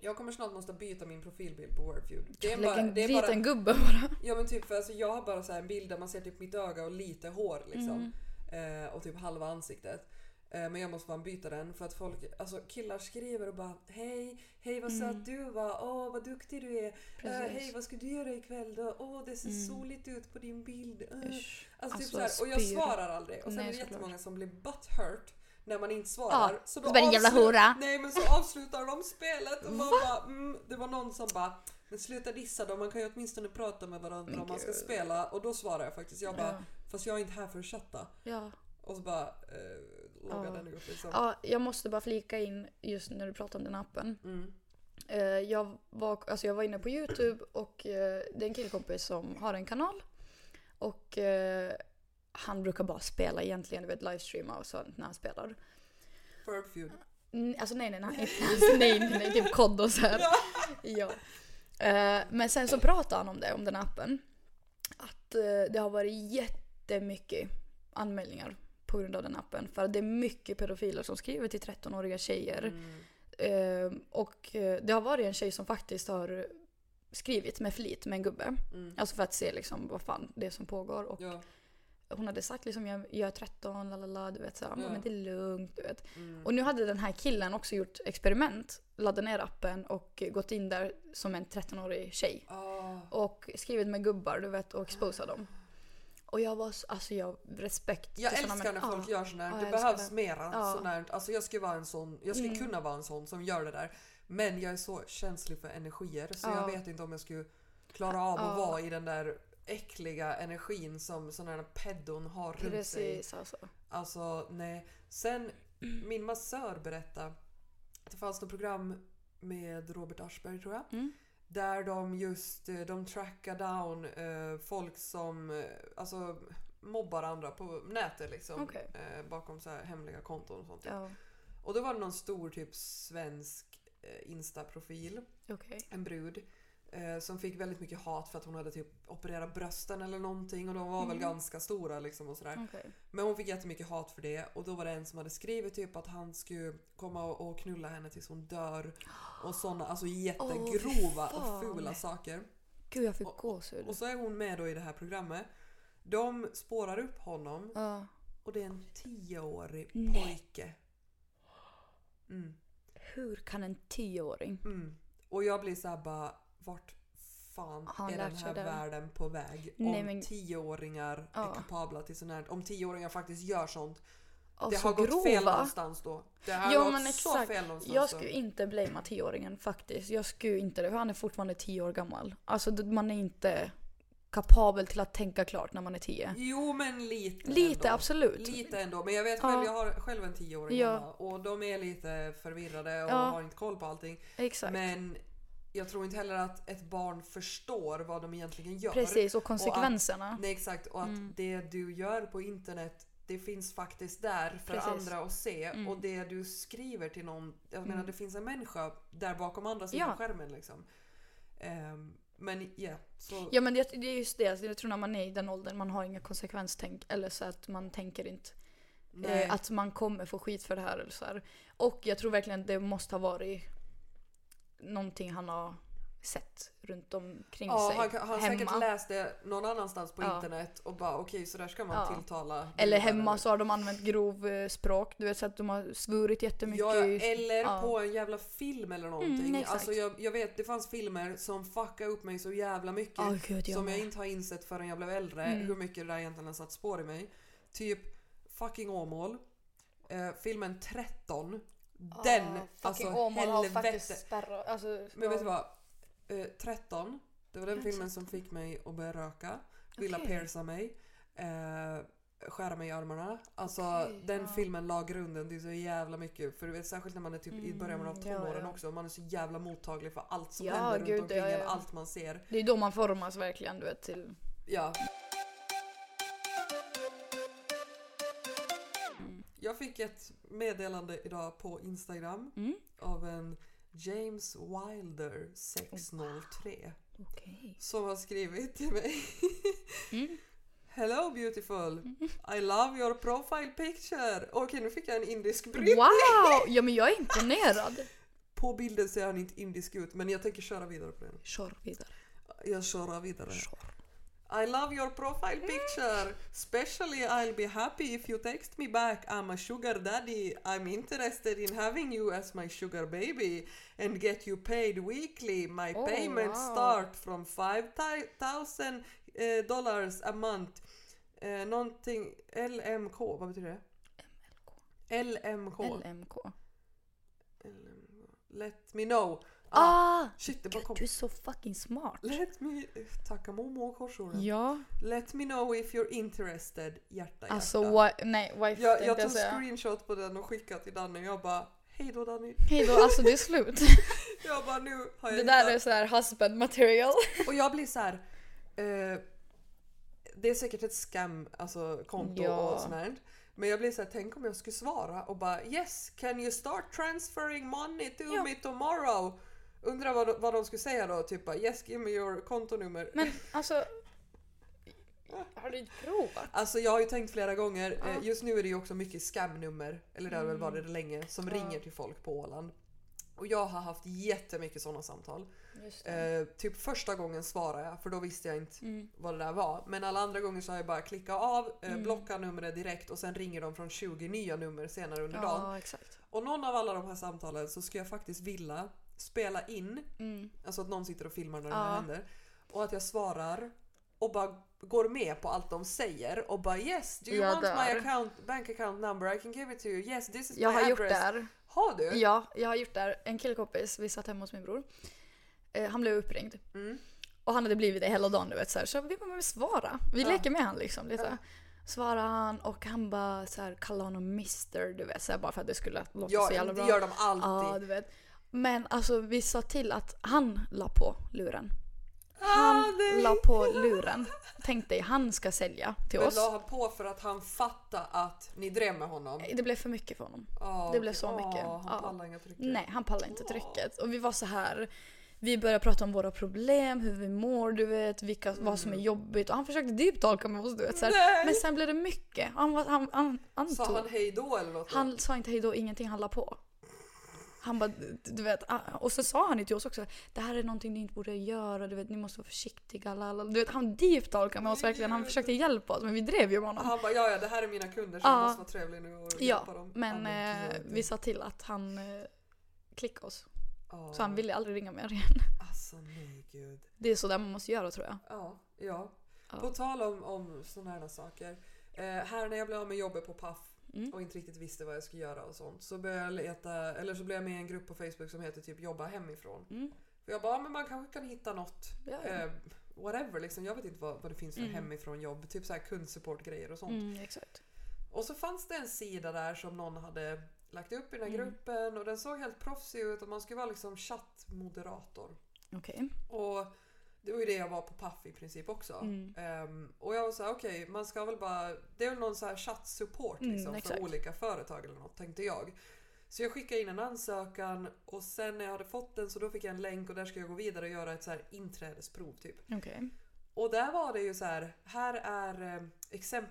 Speaker 1: Jag kommer snart måste byta min profilbild på Wordfeud. Det är
Speaker 2: Lägg
Speaker 1: bara,
Speaker 2: en
Speaker 1: det är
Speaker 2: dit
Speaker 1: bara,
Speaker 2: en gubbe bara.
Speaker 1: ja men typ för alltså jag har bara så här en bild där man ser typ mitt öga och lite hår liksom.
Speaker 2: Mm.
Speaker 1: Eh, och typ halva ansiktet. Eh, men jag måste fan byta den för att folk, alltså killar skriver och bara hej, hej vad söt du var, åh vad duktig du är, eh,
Speaker 2: Mm. Precis. Mm.
Speaker 1: hej vad ska du göra ikväll då, åh det ser soligt ut på din bild. Eh.
Speaker 2: Usch.
Speaker 1: Alltså, typ
Speaker 2: Alltså,
Speaker 1: så här, och jag
Speaker 2: spyr.
Speaker 1: svarar aldrig. Och sen
Speaker 2: Nej,
Speaker 1: är det
Speaker 2: såklart.
Speaker 1: jättemånga som blir butthurt när man inte svarar.
Speaker 2: Ja, så bara, "Jävla
Speaker 1: avslu-
Speaker 2: hora."
Speaker 1: Nej men så avslutar de spelet och man bara, mm, det var någon som bara men sluta dissa då, man kan ju åtminstone prata med varandra
Speaker 2: Men
Speaker 1: om man ska
Speaker 2: gud.
Speaker 1: spela. Och då svarar jag faktiskt, jag bara
Speaker 2: Ja.
Speaker 1: fast jag är inte här för att chatta.
Speaker 2: Ja.
Speaker 1: Och så bara eh, loggar
Speaker 2: Ja.
Speaker 1: den upp liksom.
Speaker 2: ja, jag måste bara flika in just när du pratar om den appen.
Speaker 1: Mm.
Speaker 2: Eh, Jag var, alltså jag var inne på Youtube och eh, det är en killkompis som har en kanal. Och eh, han brukar bara spela egentligen, du vet livestreama och sånt när han spelar.
Speaker 1: Verb feud.
Speaker 2: Mm, Alltså nej nej nej, nej, nej, nej, nej typ kod och så här. Ja. Eh, men sen så pratar han om det, om den här appen. Att eh, det har varit jättemycket anmälningar på grund av den appen. För att det är mycket pedofiler som skriver till 13-åriga tjejer.
Speaker 1: Mm.
Speaker 2: Eh, och eh, det har varit en tjej som faktiskt har skrivit med flit med en gubbe.
Speaker 1: Mm.
Speaker 2: Alltså för att se liksom vad fan det är som pågår. Och
Speaker 1: Ja.
Speaker 2: hon hade sagt liksom jag, jag är 13, lalala, du vet så här,
Speaker 1: Ja.
Speaker 2: men det är lugnt, du vet.
Speaker 1: Mm.
Speaker 2: Och nu hade den här killen också gjort experiment, laddat ner appen och gått in där som en 13-årig tjej.
Speaker 1: Ah.
Speaker 2: Och skrivit med gubbar, du vet, och exposat dem. Och jag var så, alltså jag, respekt
Speaker 1: Jag
Speaker 2: till såna
Speaker 1: älskar när
Speaker 2: män-
Speaker 1: folk
Speaker 2: ja.
Speaker 1: gör sånt här.
Speaker 2: Ja,
Speaker 1: det
Speaker 2: jag älskar
Speaker 1: behövs
Speaker 2: det.
Speaker 1: mera
Speaker 2: Ja.
Speaker 1: sånt här. Alltså jag skulle, vara en sån, jag skulle
Speaker 2: Mm.
Speaker 1: kunna vara en sån som gör det där. Men jag är så känslig för energier så
Speaker 2: Ja.
Speaker 1: jag vet inte om jag skulle klara av att
Speaker 2: Ja.
Speaker 1: vara i den där äckliga energin som sådana här peddon har runt sig.
Speaker 2: Precis alltså.
Speaker 1: Alltså nej. Sen min massör berättade att det fanns något program med Robert Aschberg tror jag.
Speaker 2: Mm.
Speaker 1: Där de just eh, de trackar down eh, folk som eh, alltså, mobbar andra på nätet liksom.
Speaker 2: Okej.
Speaker 1: Eh, bakom så här hemliga konton och sånt.
Speaker 2: Ja,
Speaker 1: Och då var det någon stor typ svensk eh, Insta-profil,
Speaker 2: okej.
Speaker 1: en brud. Eh, som fick väldigt mycket hat för att hon hade typ opererat brösten eller någonting och de var väl
Speaker 2: Mm.
Speaker 1: ganska stora liksom och sådär.
Speaker 2: Okej.
Speaker 1: Men hon fick jättemycket hat för det och då var det en som hade skrivit typ att han skulle komma och och knulla henne tills hon dör. Och sådana alltså jättegrova och
Speaker 2: fan.
Speaker 1: fula saker.
Speaker 2: Gud jag fick
Speaker 1: Och-
Speaker 2: gåshud.
Speaker 1: Och så är hon med då i det här programmet. De spårar upp honom
Speaker 2: Ja.
Speaker 1: och det är en tioårig
Speaker 2: Nej.
Speaker 1: pojke. Mm,
Speaker 2: Hur kan en tioåring?
Speaker 1: mm. Och jag blir såhär bara vart fan
Speaker 2: Har han
Speaker 1: är den
Speaker 2: lärt sig
Speaker 1: här
Speaker 2: det?
Speaker 1: världen på väg?
Speaker 2: Nej,
Speaker 1: om
Speaker 2: men-
Speaker 1: tioåringar är
Speaker 2: Ja.
Speaker 1: kapabla till sånt här. Om tioåringar faktiskt gör sånt.
Speaker 2: Ja,
Speaker 1: Det
Speaker 2: så
Speaker 1: har gått
Speaker 2: alltså grova.
Speaker 1: fel någonstans alltså. då. Det har
Speaker 2: Jo,
Speaker 1: gått
Speaker 2: men
Speaker 1: så
Speaker 2: exakt.
Speaker 1: fel någonstans
Speaker 2: Jag
Speaker 1: då.
Speaker 2: skulle inte blamea tioåringen faktiskt. Jag skulle inte det. för Han är fortfarande tio år gammal. Alltså d- man är inte kapabel till att tänka klart när man är tio.
Speaker 1: Jo men lite
Speaker 2: Lite,
Speaker 1: ändå.
Speaker 2: absolut.
Speaker 1: Lite ändå. Men jag vet själv,
Speaker 2: Ja.
Speaker 1: jag har själv en tioåring
Speaker 2: Ja.
Speaker 1: hemma och de är lite förvirrade och
Speaker 2: Ja.
Speaker 1: har inte koll på allting.
Speaker 2: Exakt.
Speaker 1: Men jag tror inte heller att ett barn förstår vad de egentligen gör.
Speaker 2: Precis, och konsekvenserna.
Speaker 1: Nej exakt. Och att
Speaker 2: Mm.
Speaker 1: det du gör på internet det finns faktiskt där för
Speaker 2: Precis.
Speaker 1: andra att se.
Speaker 2: Mm.
Speaker 1: Och det du skriver till någon, jag menar
Speaker 2: Mm.
Speaker 1: det finns en människa där bakom andra sidan
Speaker 2: Ja.
Speaker 1: skärmen liksom. Ehm, men ja, så
Speaker 2: Ja eh, men det, det är just det, Alltså, jag tror när man är i den åldern man har inga konsekvenstänk eller så att man tänker inte
Speaker 1: nej.
Speaker 2: eh, att man kommer få skit för det här eller så här. Och jag tror verkligen det måste ha varit någonting han har sett runt omkring
Speaker 1: Ja,
Speaker 2: sig.
Speaker 1: han kan- han har säkert
Speaker 2: hemma.
Speaker 1: läst det någon annanstans på
Speaker 2: Ja.
Speaker 1: internet och bara okej så där ska man
Speaker 2: Ja.
Speaker 1: tilltala.
Speaker 2: Eller hemma så har de använt grov eh, språk, du vet så att de har svurit jättemycket.
Speaker 1: Ja,
Speaker 2: i-
Speaker 1: eller
Speaker 2: ja. Mm,
Speaker 1: på en jävla film eller någonting.
Speaker 2: exakt.
Speaker 1: alltså jag, jag vet, det fanns filmer som fuckade upp mig så jävla mycket.
Speaker 2: Ja, gud, jag
Speaker 1: som jag
Speaker 2: med.
Speaker 1: inte har insett förrän jag blev äldre
Speaker 2: Mm.
Speaker 1: hur mycket det där egentligen har satt spår i mig. Typ fucking Åmål. Eh, filmen 13. Den,
Speaker 2: Ja, Ah, fucking
Speaker 1: alltså
Speaker 2: Åmål har
Speaker 1: helvete.
Speaker 2: faktiskt spärrat. Alltså,
Speaker 1: Men
Speaker 2: ja.
Speaker 1: vet du vad? Eh, 13. Det var den
Speaker 2: Ja,
Speaker 1: filmen som fick mig att börja röka. Vilja
Speaker 2: Okej.
Speaker 1: pierca mig. Eh, skära mig i armarna. Alltså
Speaker 2: Okej,
Speaker 1: den
Speaker 2: ja.
Speaker 1: filmen la grunden till så jävla mycket. För du vet särskilt när man är typ i början av
Speaker 2: Mm, ja,
Speaker 1: tonåren
Speaker 2: ja.
Speaker 1: också. Man är så jävla mottaglig för allt som
Speaker 2: Ja,
Speaker 1: händer runt
Speaker 2: gud,
Speaker 1: omkring
Speaker 2: ja, ja.
Speaker 1: en, allt man ser.
Speaker 2: Det är då man formas verkligen du vet till...
Speaker 1: Ja.
Speaker 2: Mm.
Speaker 1: Jag fick ett meddelande idag på Instagram
Speaker 2: Mm.
Speaker 1: av en James Wilder 603
Speaker 2: Okej.
Speaker 1: som har skrivit till mig.
Speaker 2: Mm.
Speaker 1: Hello beautiful! I love your profile picture! Okej, nu fick jag en indisk brygd.
Speaker 2: Wow! Ja men jag är imponerad.
Speaker 1: På bilden ser han inte indisk ut, men jag tänker köra vidare på den.
Speaker 2: Kör vidare.
Speaker 1: Jag kör vidare.
Speaker 2: Kör.
Speaker 1: I love your profile picture! Especially I'll be happy if you text me back. I'm a sugar daddy. I'm interested in having you as my sugar baby and get you paid weekly. My
Speaker 2: Oh,
Speaker 1: payments
Speaker 2: wow.
Speaker 1: start from five thousand eh, dollars a month. Eh, någonting LMK, vad betyder det? LMK.
Speaker 2: LMK.
Speaker 1: LMK. Let me know. Ah,
Speaker 2: Ah!
Speaker 1: shit, det bara
Speaker 2: Gud,
Speaker 1: kom.
Speaker 2: du är så fucking smart.
Speaker 1: Let me... eh, Tacka momo korsordet.
Speaker 2: Ja.
Speaker 1: Let me know if you're interested. Hjärta, hjärta.
Speaker 2: Alltså wi- nej, wife
Speaker 1: jag,
Speaker 2: tänkte
Speaker 1: jag
Speaker 2: jag,
Speaker 1: tog
Speaker 2: säga.
Speaker 1: screenshot på den och skickade till Danny och jag bara Hej då Danny.
Speaker 2: Hej då, alltså det är slut.
Speaker 1: Jag bara nu har jag
Speaker 2: det där är
Speaker 1: hittat."
Speaker 2: så här husband material.
Speaker 1: Och jag blir så här. Eh, det är säkert ett scam, alltså konto
Speaker 2: Ja.
Speaker 1: och sånt här. Men jag blir så här, tänk om jag skulle svara och bara Yes, can you start transferring money to
Speaker 2: Ja.
Speaker 1: me tomorrow? Undrar vad, de- vad de skulle säga då, typ bara Yes, give me your kontonummer.
Speaker 2: Men alltså... Har du inte provat?
Speaker 1: Alltså jag har ju tänkt flera gånger,
Speaker 2: Ja.
Speaker 1: eh, just nu är det ju också mycket scamnummer, eller det har väl
Speaker 2: Mm.
Speaker 1: varit det länge, som
Speaker 2: Ja.
Speaker 1: ringer till folk på Åland. Och jag har haft jättemycket sådana samtal.
Speaker 2: Just det.
Speaker 1: Eh, typ första gången svarade jag för då visste jag inte
Speaker 2: Mm.
Speaker 1: vad det där var. Men alla andra gånger så har jag bara klickat av, eh,
Speaker 2: Mm.
Speaker 1: blocka numret direkt och sen ringer de från 20 nya nummer senare under dagen.
Speaker 2: Ja, exakt.
Speaker 1: Och någon av alla de här samtalen så ska jag faktiskt vilja spela in,
Speaker 2: Mm.
Speaker 1: alltså att någon sitter och filmar när det här
Speaker 2: Ja.
Speaker 1: händer. Och att jag svarar och bara går med på allt de säger och bara yes, do you
Speaker 2: Jag
Speaker 1: want my
Speaker 2: dör.
Speaker 1: account, bank account number? I can give it to you. Yes, this is
Speaker 2: Jag
Speaker 1: my
Speaker 2: har gjort
Speaker 1: address.
Speaker 2: det här.
Speaker 1: Har du?
Speaker 2: Ja, jag har gjort det här. En killkompis, vi satt hemma hos min bror. Eh, han blev uppringd.
Speaker 1: Mm.
Speaker 2: Och han hade blivit det hela dagen du vet så, här, så vi bara men svara. Vi
Speaker 1: Ja.
Speaker 2: leker med han liksom lite.
Speaker 1: Ja.
Speaker 2: Svarar han och han bara så här, kallar honom mister du vet så här, bara för att det skulle låta så
Speaker 1: Ja,
Speaker 2: jävla
Speaker 1: det
Speaker 2: bra.
Speaker 1: gör de alltid.
Speaker 2: ja, du vet. Men alltså vi sa till att han la på luren.
Speaker 1: Ah,
Speaker 2: Han
Speaker 1: nej.
Speaker 2: la på luren. Tänk dig, han ska sälja till
Speaker 1: Men
Speaker 2: oss.
Speaker 1: la han på för att han fattade att ni drev med honom?
Speaker 2: Det blev för mycket för honom.
Speaker 1: Ah,
Speaker 2: det blev
Speaker 1: okej.
Speaker 2: så mycket.
Speaker 1: Ah, han
Speaker 2: Ja.
Speaker 1: pallar inga tryck.
Speaker 2: Nej, han pallar inte
Speaker 1: Åh.
Speaker 2: trycket. Och vi var så här. Vi började prata om våra problem, hur vi mår, du vet, vilka, vad som är jobbigt. Och han försökte djuptolka med oss, du vet. Så här.
Speaker 1: Nej.
Speaker 2: Men sen blev det mycket. Han, var, han, han
Speaker 1: Sa
Speaker 2: antog.
Speaker 1: han
Speaker 2: Han,
Speaker 1: hej då eller något?
Speaker 2: sa inte hejdå, ingenting, han la på. Han bara, du vet. ah, Och så sa han ju till oss också, det här är någonting ni inte borde göra, du vet, ni måste vara försiktiga. Lalala. Du vet, han djuptolkade med oss verkligen. Han försökte hjälpa oss, men vi drev ju med honom.
Speaker 1: Han bara ja, ja det här är mina kunder så
Speaker 2: Ja.
Speaker 1: jag måste vara trevlig nu och
Speaker 2: Ja,
Speaker 1: hjälpa dem.
Speaker 2: Men
Speaker 1: gud.
Speaker 2: eh, vi sa till att han eh, klickade oss.
Speaker 1: Ja.
Speaker 2: Så han ville aldrig ringa mer.
Speaker 1: Alltså nej gud.
Speaker 2: Det är så där man måste göra tror jag.
Speaker 1: Ja, ja.
Speaker 2: Ja.
Speaker 1: På tal om, om sådana här saker. Eh, här när jag blev av med jobbet på Paf
Speaker 2: Mm.
Speaker 1: och inte riktigt visste vad jag skulle göra och sånt så började jag leta, eller så blev jag med i en grupp på Facebook som heter typ jobba hemifrån.
Speaker 2: Mm.
Speaker 1: För jag bara, "Ja, men man kanske kan hitta något.
Speaker 2: Ja, ja.
Speaker 1: Eh, whatever liksom. Jag vet inte vad, vad det finns för
Speaker 2: Mm.
Speaker 1: hemifrån jobb. Typ så här kundsupportgrejer och sånt.
Speaker 2: Mm, exakt.
Speaker 1: Och så fanns det en sida där som någon hade lagt upp i den här
Speaker 2: Mm.
Speaker 1: gruppen och den såg helt proffsig ut och man skulle vara liksom chattmoderator.
Speaker 2: Okej.
Speaker 1: Och det var ju det jag var på Paff i princip också.
Speaker 2: Mm.
Speaker 1: Ehm, och jag var så här, okej, man ska väl bara... Det är väl någon så här chattsupport
Speaker 2: Mm,
Speaker 1: liksom,
Speaker 2: exakt.
Speaker 1: för olika företag eller något, tänkte jag. Så jag skickade in en ansökan och sen när jag hade fått den så då fick jag en länk och där ska jag gå vidare och göra ett så här inträdesprov typ.
Speaker 2: Okej.
Speaker 1: Och där var det ju så här, här är eh,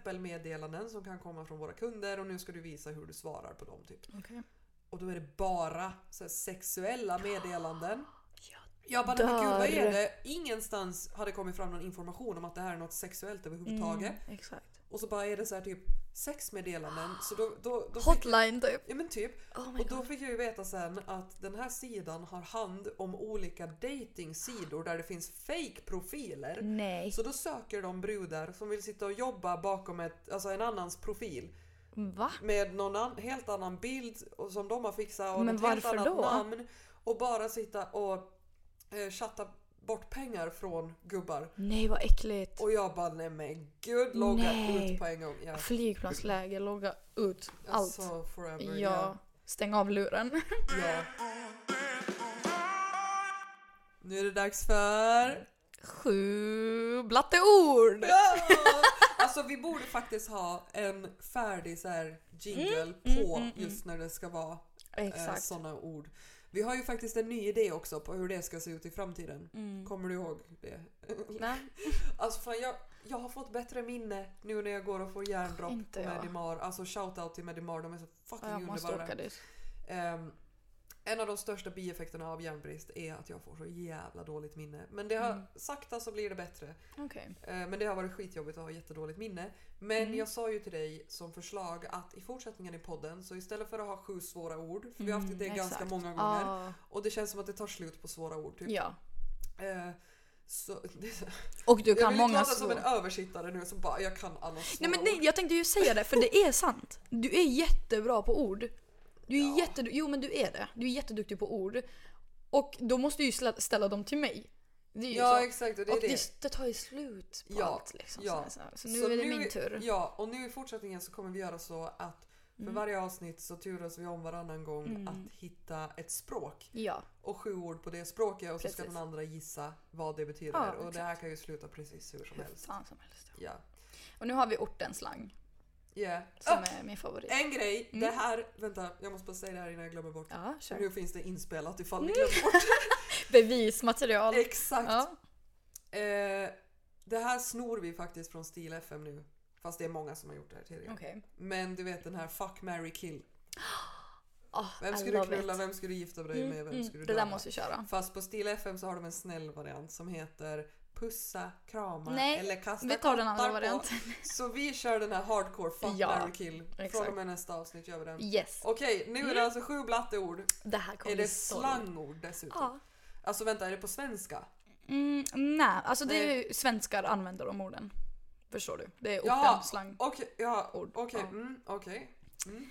Speaker 1: exempelmeddelanden som kan komma från våra kunder och nu ska du visa hur du svarar på dem typ.
Speaker 2: Okej.
Speaker 1: Och då är det bara så här, sexuella meddelanden.
Speaker 2: Ja.
Speaker 1: Jag bara, men gud vad är
Speaker 2: Dör.
Speaker 1: det? Ingenstans hade kommit fram någon information om att det här är något sexuellt överhuvudtaget.
Speaker 2: Mm, exakt.
Speaker 1: Och så bara är det så här typ sexmeddelanden. Så då, då, då fick,
Speaker 2: Hotline typ.
Speaker 1: ja men typ.
Speaker 2: Oh my
Speaker 1: Och då
Speaker 2: god.
Speaker 1: fick jag ju veta sen att den här sidan har hand om olika datingsidor där det finns fake profiler
Speaker 2: Nej.
Speaker 1: så då söker de brudar som vill sitta och jobba bakom ett, alltså en annans profil
Speaker 2: Va?
Speaker 1: med någon an, helt annan bild och som de har fixat och
Speaker 2: Men
Speaker 1: ett helt
Speaker 2: varför
Speaker 1: annat
Speaker 2: då?
Speaker 1: namn och bara sitta och eh, chatta bort pengar från gubbar.
Speaker 2: Nej vad äckligt.
Speaker 1: Och jag bara nej men gud logga
Speaker 2: Nej.
Speaker 1: ut på en gång. Ja.
Speaker 2: Flygplansläge, logga ut. Allt.
Speaker 1: Alltså forever.
Speaker 2: Ja. Stäng av luren.
Speaker 1: ja. ja. Nu är det dags för...
Speaker 2: Sju blatteord!
Speaker 1: Ja! Alltså vi borde faktiskt ha en färdig så här jingle på
Speaker 2: mm,
Speaker 1: just när det ska vara eh,
Speaker 2: Exakt.
Speaker 1: sådana ord. Vi har ju faktiskt en ny idé också på hur det ska se ut i framtiden.
Speaker 2: Mm.
Speaker 1: Kommer du ihåg det?
Speaker 2: Nej.
Speaker 1: Alltså fan jag, jag har fått bättre minne nu när jag går och får hjärndropp
Speaker 2: Inte
Speaker 1: på
Speaker 2: jag.
Speaker 1: Medimar. Alltså shoutout till Medimar, de är så
Speaker 2: Ja,
Speaker 1: fucking
Speaker 2: Jag måste
Speaker 1: underbara.
Speaker 2: åka dit.
Speaker 1: Ehm, en av de största bieffekterna av järnbrist är att jag får så jävla dåligt minne. Men det har,
Speaker 2: Mm.
Speaker 1: sakta så blir det bättre.
Speaker 2: Okej.
Speaker 1: Eh, Men det har varit skitjobbigt att ha jättedåligt minne. Men
Speaker 2: Mm.
Speaker 1: jag sa ju till dig som förslag att i fortsättningen i podden så istället för att ha sju svåra ord, för vi har haft det
Speaker 2: Mm,
Speaker 1: ganska
Speaker 2: exakt.
Speaker 1: många gånger
Speaker 2: Ah,
Speaker 1: och det känns som att det tar slut på svåra ord. Typ.
Speaker 2: ja.
Speaker 1: Eh, så,
Speaker 2: Och du
Speaker 1: jag
Speaker 2: kan
Speaker 1: vill inte
Speaker 2: många
Speaker 1: låta som
Speaker 2: svåra
Speaker 1: en översittare nu som bara jag kan alla svåra
Speaker 2: Nej men
Speaker 1: ord.
Speaker 2: nej, jag tänkte ju säga det för det är sant. Du är jättebra på ord. Du är
Speaker 1: Ja.
Speaker 2: jättedu- jo men du är det. Du är jätteduktig på ord. Och då måste du ju slä- ställa dem till mig. Det är ju
Speaker 1: Ja
Speaker 2: så.
Speaker 1: exakt och det är
Speaker 2: och
Speaker 1: det.
Speaker 2: det, det tar ju slut på
Speaker 1: Ja,
Speaker 2: allt liksom.
Speaker 1: ja.
Speaker 2: Så, så, så nu
Speaker 1: Så
Speaker 2: är det min tur.
Speaker 1: Ja och nu i fortsättningen så kommer vi göra så att för
Speaker 2: Mm.
Speaker 1: varje avsnitt så turas vi om varannan gång
Speaker 2: Mm.
Speaker 1: att hitta ett språk.
Speaker 2: Ja,
Speaker 1: och sju ord på det språket och så ska
Speaker 2: Precis.
Speaker 1: den andra gissa vad det betyder.
Speaker 2: Ja,
Speaker 1: och det
Speaker 2: exakt.
Speaker 1: här kan ju sluta precis hur som
Speaker 2: hur
Speaker 1: helst.
Speaker 2: fan som helst.
Speaker 1: Ja.
Speaker 2: Och nu har vi ortens slang
Speaker 1: Yeah.
Speaker 2: som
Speaker 1: Ah,
Speaker 2: är min favorit.
Speaker 1: en grej!
Speaker 2: Mm.
Speaker 1: Det här, vänta jag måste bara säga det här innan jag glömmer bort.
Speaker 2: Ja,
Speaker 1: För
Speaker 2: kör.
Speaker 1: Nu finns det inspelat ifall ni glömmer bort.
Speaker 2: Bevismaterial.
Speaker 1: Exakt!
Speaker 2: Ja.
Speaker 1: Eh, det här snor vi faktiskt från Stil FM nu. Fast det är många som har gjort det här tidigare.
Speaker 2: Okej.
Speaker 1: Men du vet den här Fuck, marry, kill.
Speaker 2: Ah,
Speaker 1: Vem
Speaker 2: I
Speaker 1: skulle du
Speaker 2: love
Speaker 1: knulla,
Speaker 2: it.
Speaker 1: vem skulle du gifta dig med,
Speaker 2: Mm,
Speaker 1: vem
Speaker 2: mm.
Speaker 1: skulle du
Speaker 2: Det där
Speaker 1: döda?
Speaker 2: måste vi köra.
Speaker 1: Fast på Stil FM så har de en snäll variant som heter Pussa, krama
Speaker 2: Nej,
Speaker 1: eller kasta
Speaker 2: Vi tar den
Speaker 1: kottar
Speaker 2: andra
Speaker 1: på.
Speaker 2: varianten.
Speaker 1: Så vi kör den här hardcore fuck,
Speaker 2: Ja,
Speaker 1: marry, kill. Från
Speaker 2: exakt.
Speaker 1: och med nästa avsnitt gör vi den.
Speaker 2: Yes. Mm.
Speaker 1: Okej, nu är det alltså sju blatteord.
Speaker 2: Det här kommer
Speaker 1: Är
Speaker 2: bli
Speaker 1: det
Speaker 2: så roligt.
Speaker 1: slangord dessutom?
Speaker 2: Ja.
Speaker 1: Alltså vänta, är det på svenska?
Speaker 2: Mm, nej, alltså det är
Speaker 1: Nej.
Speaker 2: ju svenskar använder de orden. Förstår du? Det är
Speaker 1: Ja.
Speaker 2: ortenslang.
Speaker 1: Okej, ja,
Speaker 2: Ord,
Speaker 1: okej,
Speaker 2: ja.
Speaker 1: mm, okej. Mm.